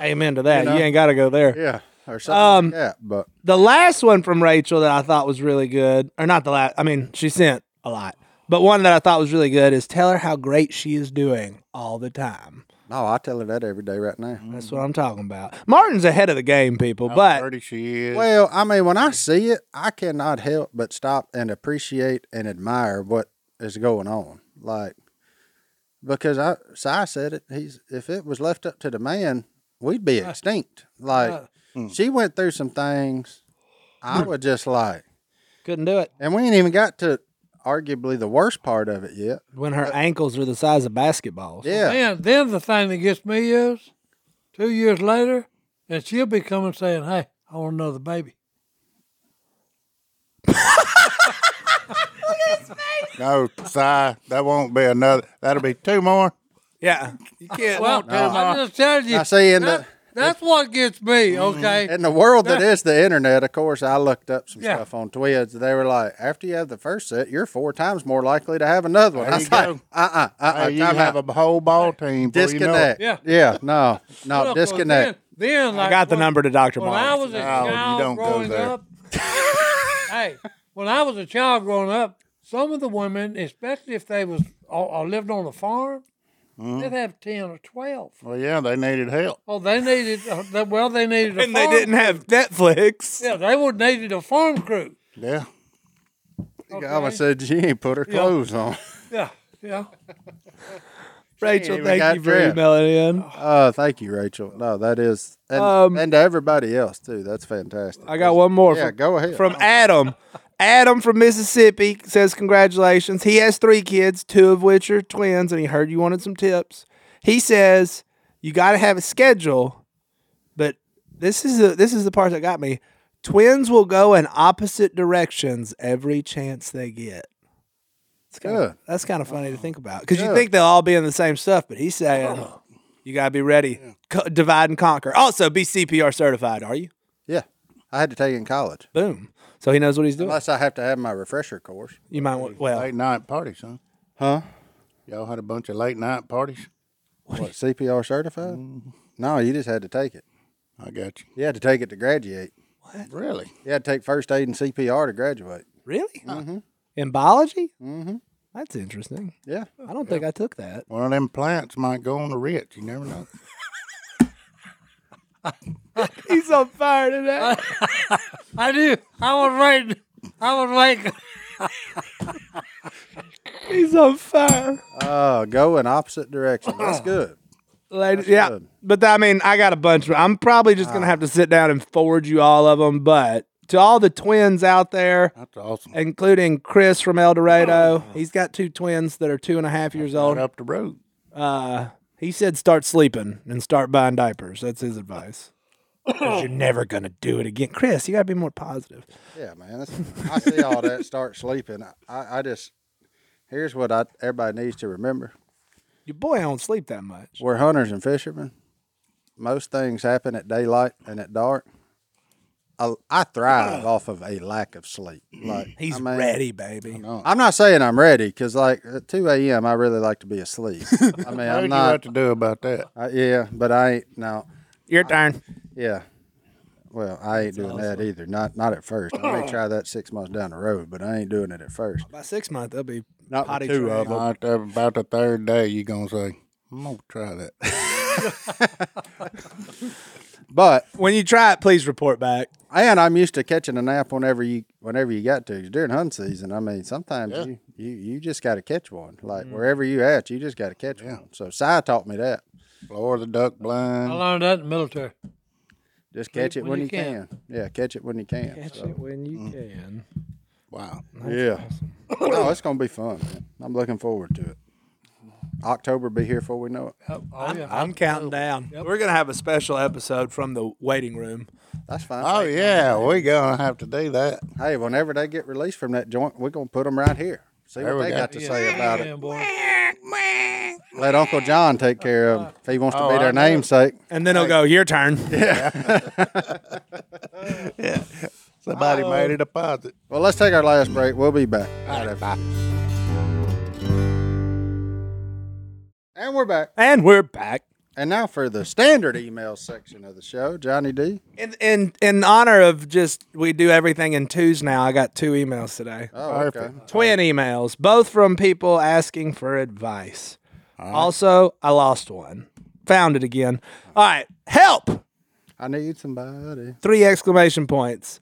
S2: Amen to that. You, ain't got to go there.
S4: Yeah. Or something
S1: Um,
S4: like that. But
S2: the last one from Rachel that I thought was really good, or not the last, I mean, she sent a lot, but one that I thought was really good is tell her how great she is doing all the time.
S4: no, I tell her that every day right now.
S2: That's what I'm talking about. Martin's ahead of the game, people, but
S1: Pretty she is.
S4: Well, I mean, when I see it, I cannot help but stop and appreciate and admire what is going on. Like, because I, Si said it, he's, if it was left up to the man, we'd be extinct. Like, she went through some things.
S1: Hmm.
S4: I was just like,
S2: couldn't do it
S4: and we ain't even got to arguably the worst part of it yet.
S2: when her ankles are the size of basketballs.
S4: Yeah.
S3: Then, then the thing that gets me is, two years later, and she'll be coming saying, "Hey, I want another baby."
S1: No, sigh. That won't be another. That'll be two more.
S2: Yeah. You can't.
S3: Well, I'm just telling you.
S4: I see in
S3: that-
S4: the-
S3: that's what gets me. Okay.
S2: Mm-hmm.
S4: In the world that is the internet, of course, I looked up some
S3: Yeah.
S4: stuff on Twids. They were like, after you have the first set, you're four times more likely to have another one.
S1: There
S4: I
S1: you
S4: was like,
S1: go.
S4: uh-uh, uh-uh,
S1: Hey, you
S4: time
S1: have
S4: out.
S1: a whole ball team. before
S4: disconnect.
S3: Yeah.
S4: yeah, no, no,
S3: Look, well,
S4: disconnect.
S3: Then, then like,
S2: I got the
S3: when-
S2: number to Dr.
S3: When I
S2: Martin.
S3: was a
S1: No, you
S3: child
S1: don't go
S3: growing
S1: there.
S3: up, hey, when I was a uh, child growing up, some of the women, especially if they was or, or lived on a farm, They'd have ten or twelve.
S1: Well, yeah, they needed help.
S3: Oh, they needed. Uh, they, well, they needed. A
S2: And they
S3: farm-
S2: didn't have Netflix.
S3: Yeah, they would needed a farm crew.
S1: Yeah.
S4: Godwin said she ain't put her clothes on.
S3: Yeah, yeah.
S2: Rachel,
S4: even
S2: thank
S4: got
S2: you for
S4: dressed.
S2: emailing in.
S4: Uh, thank you, Rachel. No, that is, and,
S2: Um,
S4: and to everybody else too. That's fantastic.
S2: I got one more.
S4: Yeah,
S2: from,
S4: go ahead.
S2: From Adam. Adam from Mississippi says, Congratulations. He has three kids, two of which are twins, and he heard you wanted some tips. He says, You got to have a schedule, but this is, the this is the part that got me. Twins will go in opposite directions every chance they get. It's kinda,
S4: Yeah.
S2: That's kind of funny to think about because you
S4: Yeah. Uh-huh.
S2: think they'll all be in the same stuff, but he's saying you got to be ready, Co- divide and conquer. Also, be CPR certified, are you?
S4: yeah, I had to take it in college.
S2: Boom. So he knows what he's doing.
S4: Unless I have to have my refresher course.
S2: You might want, well,
S1: Late night parties, huh?
S4: Huh?
S1: Y'all had a bunch of late night parties?
S4: What CPR certified? No, you just had to take it.
S1: I got you.
S4: You had to take it to graduate.
S1: Really?
S4: You had to take first aid and CPR to graduate.
S2: really? In biology? Mm-hmm. That's interesting.
S4: Yeah.
S2: I don't think I took that.
S1: One of them plants might go on the rich. You never know.
S2: He's on fire today.
S3: I do. I was waiting. I was like,
S2: He's on fire.
S4: Uh, go in opposite direction. That's good.
S2: Ladies, yeah.
S4: good.
S2: But I mean, I got a bunch. Of, I'm probably just going to have to sit down and forward you all of them. But to all the twins out there,
S1: That's awesome.
S2: including Chris from El Dorado, he's got two twins that are two and a half years
S1: Right
S2: old.
S1: up the road.
S2: Uh, he said start sleeping and start buying diapers. That's his advice. 'Cause you're never going to do it again. Chris, you got to be more positive.
S4: Yeah, man. That's, I see all that. Start sleeping. I, I just here's what I everybody needs to remember:
S2: Your boy don't sleep that much.
S4: we're hunters and fishermen. Most things happen at daylight and at dark. I, I thrive off of a lack of sleep. Like
S2: He's
S4: I mean,
S2: ready, baby.
S4: I'm not saying I'm ready because, like, at 2 a.m., I really like to be asleep. I mean,
S1: What do
S4: I'm
S1: you have
S4: not.
S1: to do about that?
S4: I, yeah, but I ain't no.
S2: Your turn.
S4: Yeah. Well, I ain't doing that either. Not not at first. I may try that six months down the road, but I ain't doing it at first.
S2: By six month, they'll be
S4: Not
S2: potty
S4: with two
S2: trained.
S4: of them.
S1: About the, about the third day, you going to say, I'm going to try that.
S4: But
S2: When you try it, please report back.
S4: and I'm used to catching a nap whenever you whenever you got to during hunting season. I mean, sometimes you, you you just got to catch one. Like wherever you at, you just got to catch one. So Si taught me that.
S1: Floor the duck
S3: I
S1: blind.
S3: learned that in the military.
S4: Just catch it
S3: when
S4: when
S3: you
S4: you can. Yeah, catch it when you can. So,
S2: when you
S4: Mm.
S2: can.
S1: Wow.
S4: yeah. No, it's gonna be fun. Man. I'm looking forward to it. October be here before we know it.
S3: Oh, oh,
S2: I'm,
S3: yeah.
S2: I'm counting down. We're gonna have a special episode from the waiting room.
S4: That's fine.
S1: Oh, yeah. we going to have to do that.
S4: Hey, whenever they get released from that joint, we're gonna put them right here. See
S1: There
S4: what
S1: we
S4: they
S1: go.
S4: got to say about
S3: Yeah,
S4: it.
S3: boy.
S4: Let Uncle John take care of 'em if he wants to
S1: Oh,
S4: be
S1: I
S4: their
S1: know.
S4: namesake.
S2: And then he'll go, your turn.
S4: Oh.
S1: Somebody made a deposit.
S4: Well, let's take our last break. We'll be back. And we're back.
S2: And we're back.
S4: And now for the standard email section of the show, Johnny D.
S2: In, in in honor of just we do everything in twos now. I got two emails today.
S4: Oh,
S1: Perfect.
S4: okay.
S2: Twin emails, both from people asking for advice. Also, I lost one. Found it again. All right. Help!
S4: I need somebody.
S2: Three exclamation points.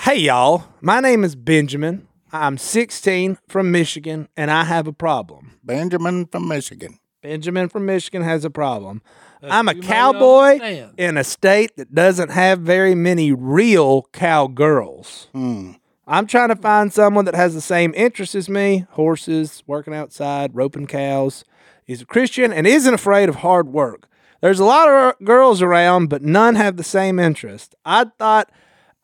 S2: Hey, y'all. My name is Benjamin. I'm 16 from Michigan, and I have a problem.
S1: Benjamin from Michigan.
S2: Benjamin from Michigan has a problem. I'm a
S3: you may
S2: cowboy
S3: understand.
S2: in a state that doesn't have very many real cowgirls.
S1: Hmm.
S2: I'm trying to find someone that has the same interests as me horses, working outside, roping cows. He's a Christian and isn't afraid of hard work. There's a lot of girls around, but none have the same interest. I thought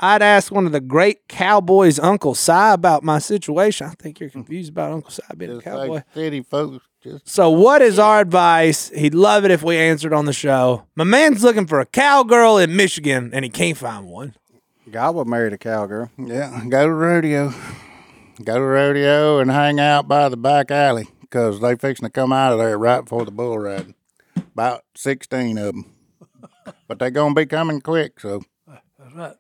S2: I'd ask one of the great cowboys, Uncle Si, about my situation. I think you're confused about Uncle Si being a
S1: Just
S2: cowboy.
S1: like city folks. Just
S2: So, what is our advice? He'd love it if we answered on the show. My man's looking for a cowgirl in Michigan, and he can't find one.
S4: God will marry a cowgirl.
S1: Yeah, go to rodeo. Go to rodeo and hang out by the back alley because they fixing to come out of there right before the bull riding. About 16 of them. But they going to be coming quick, so
S3: That's right.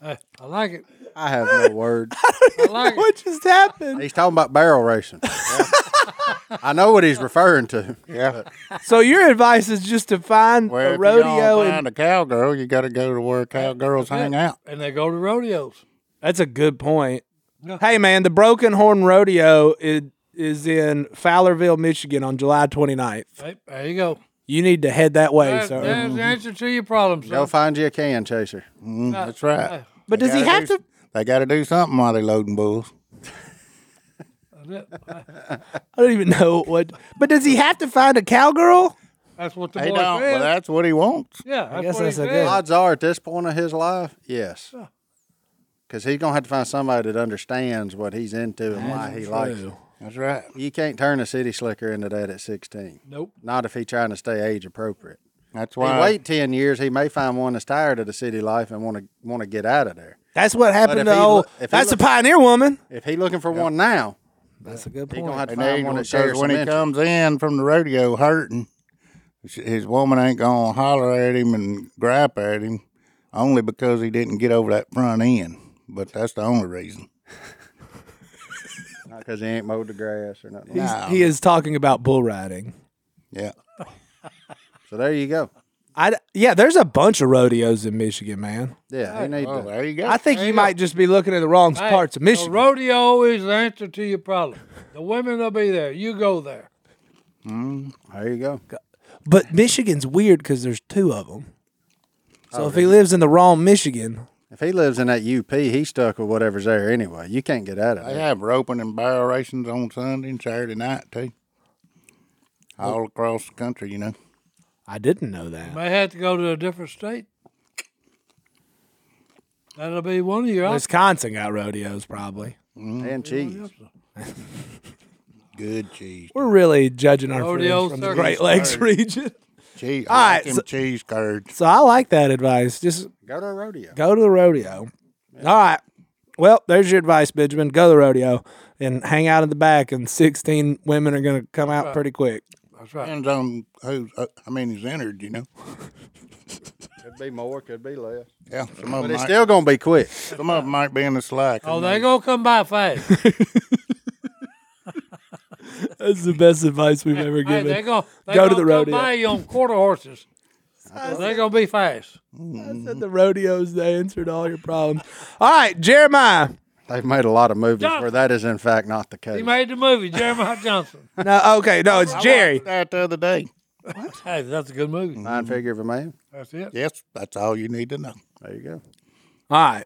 S3: I, I like it.
S4: I have no words.
S3: I like it.
S2: What just happened?
S4: He's talking about barrel racing. I know what he's referring to.
S1: Yeah.
S2: So your advice is just to find
S1: Well,
S2: a
S1: if you
S2: rodeo
S1: don't
S2: and
S1: find a cowgirl, you got to go to where cowgirls hang out.
S3: and they go to rodeos.
S2: that's a good point.
S3: Yeah.
S2: Hey man, the Broken Horn Rodeo is, is in Fowlerville, Michigan on July 29th.
S3: Hey, there you go.
S2: You need to head that way,
S3: That,
S2: sir.
S3: That's the answer to your problem, sir.
S4: Go find you a can chaser.
S1: Mm, that's right.
S2: But
S1: They
S2: does he
S1: gotta
S2: have
S1: do-
S2: to
S1: They got to do something while they're loading bulls.
S2: I don't even know what but does he have to find a cowgirl?
S3: That's what the
S1: They
S3: boy
S1: don't, but
S3: said.
S1: that's what he wants.
S3: yeah, that's
S2: guess
S3: what he
S2: that's a
S3: said.
S2: good-
S4: Odds are, at this point of his life, yes, because he's gonna have to find somebody that understands what he's into and why he likes it.
S1: That's right.
S4: You can't turn a city slicker into that at sixteen.
S3: Nope.
S4: Not if he's trying to stay age appropriate.
S1: That's
S4: If
S1: why.
S4: he wait ten years, he may find one that's tired of the city life and want to want to get out of there.
S2: That's what happened
S4: if
S2: to
S4: he
S2: old
S4: look- if he
S2: That's
S4: look-
S2: a pioneer woman.
S4: If he's looking for one now,
S2: That's a good
S4: he's gonna
S2: point.
S4: have to
S1: And
S4: find
S1: then
S4: one that shares
S1: because when
S4: some
S1: he
S4: interest.
S1: comes in from the rodeo hurting, sh- his woman ain't gonna holler at him and gripe at him, only because he didn't get over that front end. But that's the only reason.
S4: Not because he ain't mowed the grass or nothing. like
S2: He's-
S4: that.
S3: Um,
S2: He is talking about bull riding.
S1: Yeah.
S4: So there you go.
S2: I d- yeah, there's a bunch of rodeos in Michigan, man.
S4: Yeah, he need
S1: Oh,
S4: to.
S1: there you go.
S2: I think
S3: There
S2: you
S3: you
S2: might just be looking at the wrong
S3: Hey,
S2: parts of Michigan.
S3: The rodeo is the answer to your problem. The women will be there. You go there.
S4: There you go.
S2: but Michigan's weird because there's two of them. So
S3: Oh,
S2: if he lives in the wrong Michigan,
S4: If he lives in that UP, he's stuck with whatever's there anyway. You can't get out of
S1: They
S4: it.
S1: have roping and barrel races on Sunday and Saturday night too.
S4: Oh.
S1: All across the country, you know.
S2: I didn't know that.
S3: May have to go to a different state. That'll be one of your options.
S2: Wisconsin got rodeos, probably.
S4: And
S1: Mm-hmm.
S4: cheese.
S1: Good cheese.
S2: We're really judging our
S3: Rodeo
S2: friends from the
S3: circus
S2: Great Lakes
S3: party.
S2: region.
S1: Cheese.
S2: All
S1: I like
S2: right,
S1: them
S2: so-
S1: cheese curds.
S2: So I like that advice. Just
S4: Go to a rodeo.
S2: go to the rodeo. All right. Well, there's your advice, Benjamin. Go to the rodeo and hang out in the back, and 16 women are going to come out pretty quick.
S3: That's right.
S1: Depends on who's, uh, I mean, he's entered, you know.
S4: Could be more, could be less.
S1: Yeah, some
S4: But
S1: of them
S4: it's
S1: might,
S4: still going to be quick.
S1: some of 'em might be in the slack.
S3: Oh, they gonna come by fast.
S2: That's the best advice we've ever
S3: hey, they gonna they
S2: Go to
S3: gonna
S2: the
S3: come
S2: rodeo.
S3: by you on quarter horses. They're gonna be fast.
S2: I said the rodeos, they answered all your problems. All right, Jeremiah.
S4: They've made a lot of movies
S3: Johnson.
S4: where that is, in fact, not the case.
S3: He made the movie, Jeremiah Johnson.
S2: No, okay, no, it's Jerry.
S1: That the other day.
S3: hey, that's a good movie.
S4: Nine figure of a man.
S3: That's it.
S1: Yes, that's all you need to know.
S4: There you go.
S2: All right.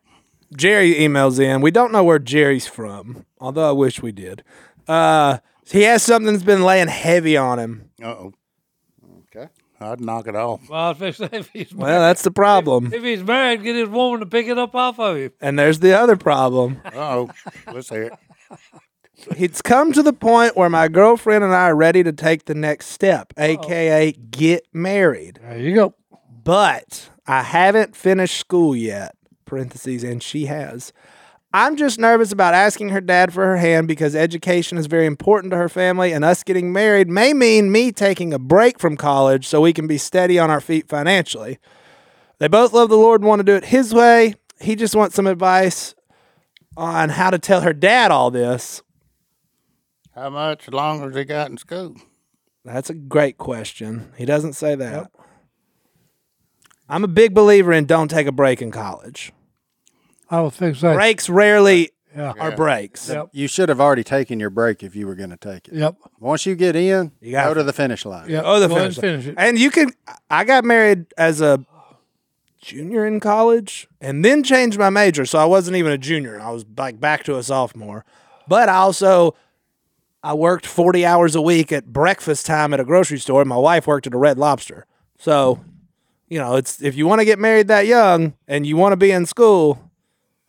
S2: Jerry emails in. We don't know where Jerry's from, although I wish we did. Uh, he has something that's been laying heavy on him.
S1: Uh oh.
S4: Okay.
S1: I'd knock it off.
S3: Well, I was fixing to say, if he's
S2: Well, that's the problem.
S3: if he's married, get his woman to pick it up off of him.
S2: And there's the other problem.
S1: Uh oh. Let's hear it.
S2: It's come to the point where my girlfriend and I are ready to take the next step, aka get married.
S3: There you go.
S2: But I haven't finished school yet. Parentheses, and she has. I'm just nervous about asking her dad for her hand because education is very important to her family, and us getting married may mean me taking a break from college so we can be steady on our feet financially. They both love the Lord and want to do it His way. He just wants some advice on how to tell her dad all this.
S1: How much longer has he got in school?
S2: That's a great question. He doesn't say that. I'm a big believer in don't take a break in college.
S3: I was fixing to say.
S2: Breaks rarely
S3: Yeah.
S2: are breaks.
S3: Yep.
S4: You should have already taken your break if you were going to take it.
S3: Yep.
S4: Once you get in,
S2: You gotta-
S4: go to the finish line.
S3: Yep.
S2: Oh, the
S3: Go ahead
S2: finish,
S3: and
S2: line.
S3: finish it.
S2: And you can. I got married as a junior in college, and then changed my major, so I wasn't even a junior. I was like back to a sophomore. But I also, I worked forty hours a week at breakfast time at a grocery store. and My wife worked at a Red Lobster, so you know it's if you want to get married that young and you want to be in school,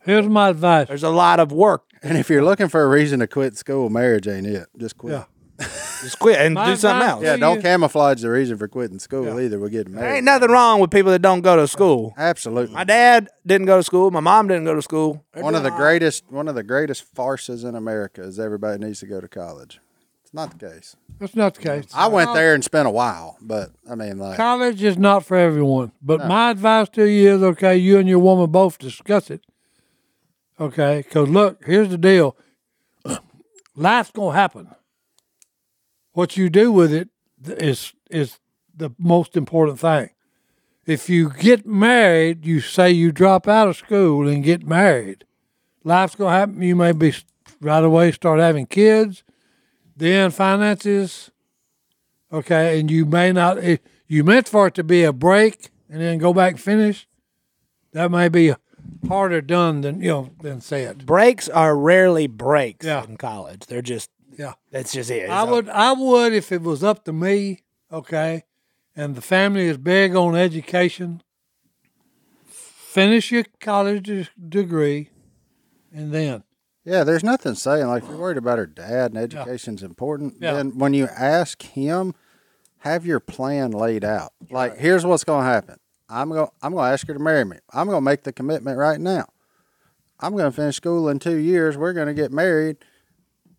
S3: Here's my advice.
S2: there's a lot of work.
S4: And if you're looking for a reason to quit school, marriage ain't it. Just quit.
S3: Yeah.
S4: Yeah,
S2: Just quit and
S3: My
S2: do something
S3: advice
S2: else.
S3: to you-
S4: don't camouflage the reason for quitting school either. We're getting
S2: uh, There
S4: married.
S2: ain't nothing wrong with people that don't go to school.
S4: Absolutely.
S2: My dad didn't go to school. My mom didn't go to school.
S4: one of the greatest one of the greatest farces in America is everybody needs to go to college. It's not the case.
S3: That's not the case.
S4: I went there and spent a while, but I mean like
S3: College is not for everyone. But my advice to you is okay, you and your woman both discuss it. Okay? Because look, here's the deal life's going to happen. what you do with it th- is is the most important thing. If you get married, you say you drop out of school and get married. Life's gonna happen. You may be s- right away start having kids, then finances. Okay, and you may not. If you meant for it to be a break and then go back and finish, that may be harder done than you know than said.
S5: Breaks are rarely breaks
S3: Yeah.
S5: in college. They're just
S3: Yeah.
S5: that's just it.
S3: I
S5: It's a-
S3: would, I would, if it was up to me, okay, and the family is big on education. Finish your college de- degree, and then
S4: Yeah, there's nothing saying like if you're worried about her dad and education's important.
S3: Yeah.
S4: Then when you ask him, have your plan laid out. Like here's what's gonna happen. I'm gonna I'm gonna ask her to marry me. I'm gonna make the commitment right now. I'm gonna finish school in two years. We're gonna get married.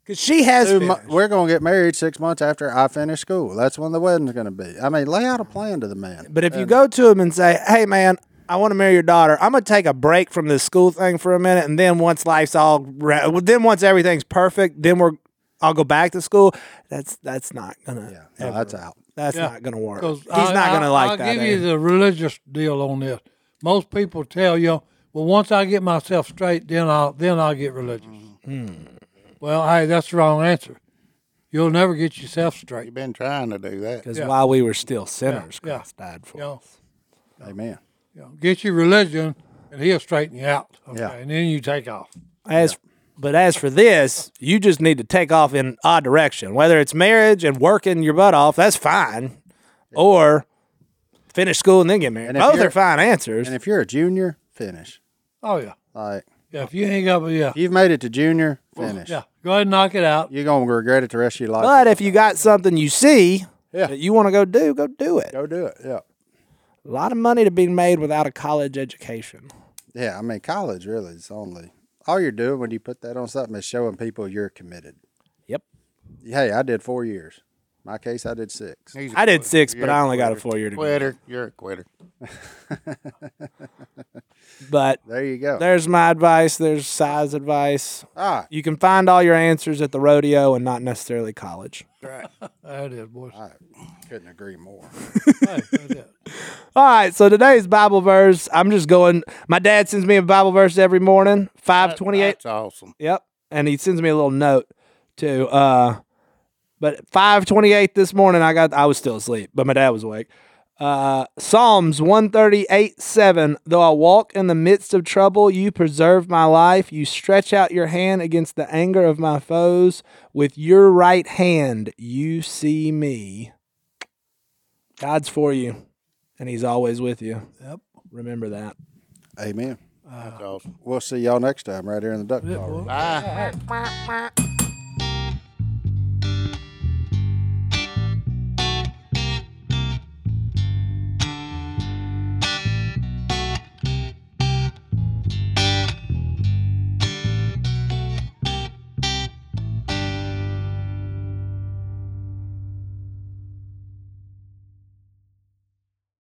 S5: Cause she has
S4: Two mo-
S5: finished.
S4: we're gonna get married six months after I finish school. That's when the wedding's gonna be. I mean, lay out a plan to the man.
S2: But if You go to him and say, "Hey, man, I want to marry your daughter. I'm gonna take a break from this school thing for a minute, and then once life's all, ra- well, then once everything's perfect, then we're, I'll go back to school." That's that's not gonna,
S4: No, that's out.
S2: that's
S3: Yeah.
S2: not gonna work.
S3: because
S2: He's not gonna like
S3: I'll
S2: that.
S3: give
S2: eh?
S3: you the religious deal on this. Most people tell you, well, once I get myself straight, then I'll then I'll get religious.
S2: Mm-hmm.
S3: Well, hey, that's the wrong answer. You'll never get yourself straight.
S1: You've been trying to do that.
S5: Because
S3: Yeah.
S5: while we were still sinners,
S3: Yeah.
S5: Christ died for
S3: You know,
S5: us.
S4: Amen.
S3: you know, get your religion, and he'll straighten you out. Okay,
S4: Yeah.
S3: and then you take off.
S5: As
S2: But as for this, you just need to take off in odd direction. Whether it's marriage and working your butt off, that's fine, or finish school and then get married.
S4: And if
S2: Both
S4: you're-
S2: are fine answers.
S4: And if you're a junior, finish.
S3: Oh yeah,
S4: Like
S3: yeah. If you ain't got, yeah.
S4: if you've made it to junior, finish.
S3: Yeah, go ahead and knock it out.
S4: You're gonna regret it the rest of your life.
S2: But if you got something you see
S4: Yeah.
S2: that you want to go do, go do it.
S4: Go do it. Yeah.
S5: a lot of money to be made without a college education.
S4: Yeah. I mean, college really is only all you're doing when you put that on something is showing people you're committed.
S5: Yep.
S4: Hey, I did four years. My case, I did six.
S1: He's a
S2: I did
S1: quitter.
S2: six,
S1: You're
S2: but I only got a four year degree.
S1: quitter. You're a quitter.
S2: But
S4: There you go.
S2: there's my advice. There's Sai's advice.
S4: Ah,
S2: You can find all your answers at the rodeo and not necessarily college.
S3: That is, boys.
S4: couldn't agree more.
S3: Hey, that's it.
S2: All right, so today's Bible verse. I'm just going. My dad sends me a Bible verse every morning, five twenty-eight.
S1: That's awesome.
S2: Yep. And he sends me a little note too. Uh but five twenty eight this morning I got I was still asleep, but my dad was awake. Uh Psalms one thirty eight seven. Though I walk in the midst of trouble, you preserve my life. You stretch out your hand against the anger of my foes. With your right hand you see me. God's for you, and he's always with you. Yep. Remember that.
S4: Amen.
S1: That's awesome.
S4: We'll see y'all next time right here in the duck call. Room.
S1: Bye.
S6: quack, quack.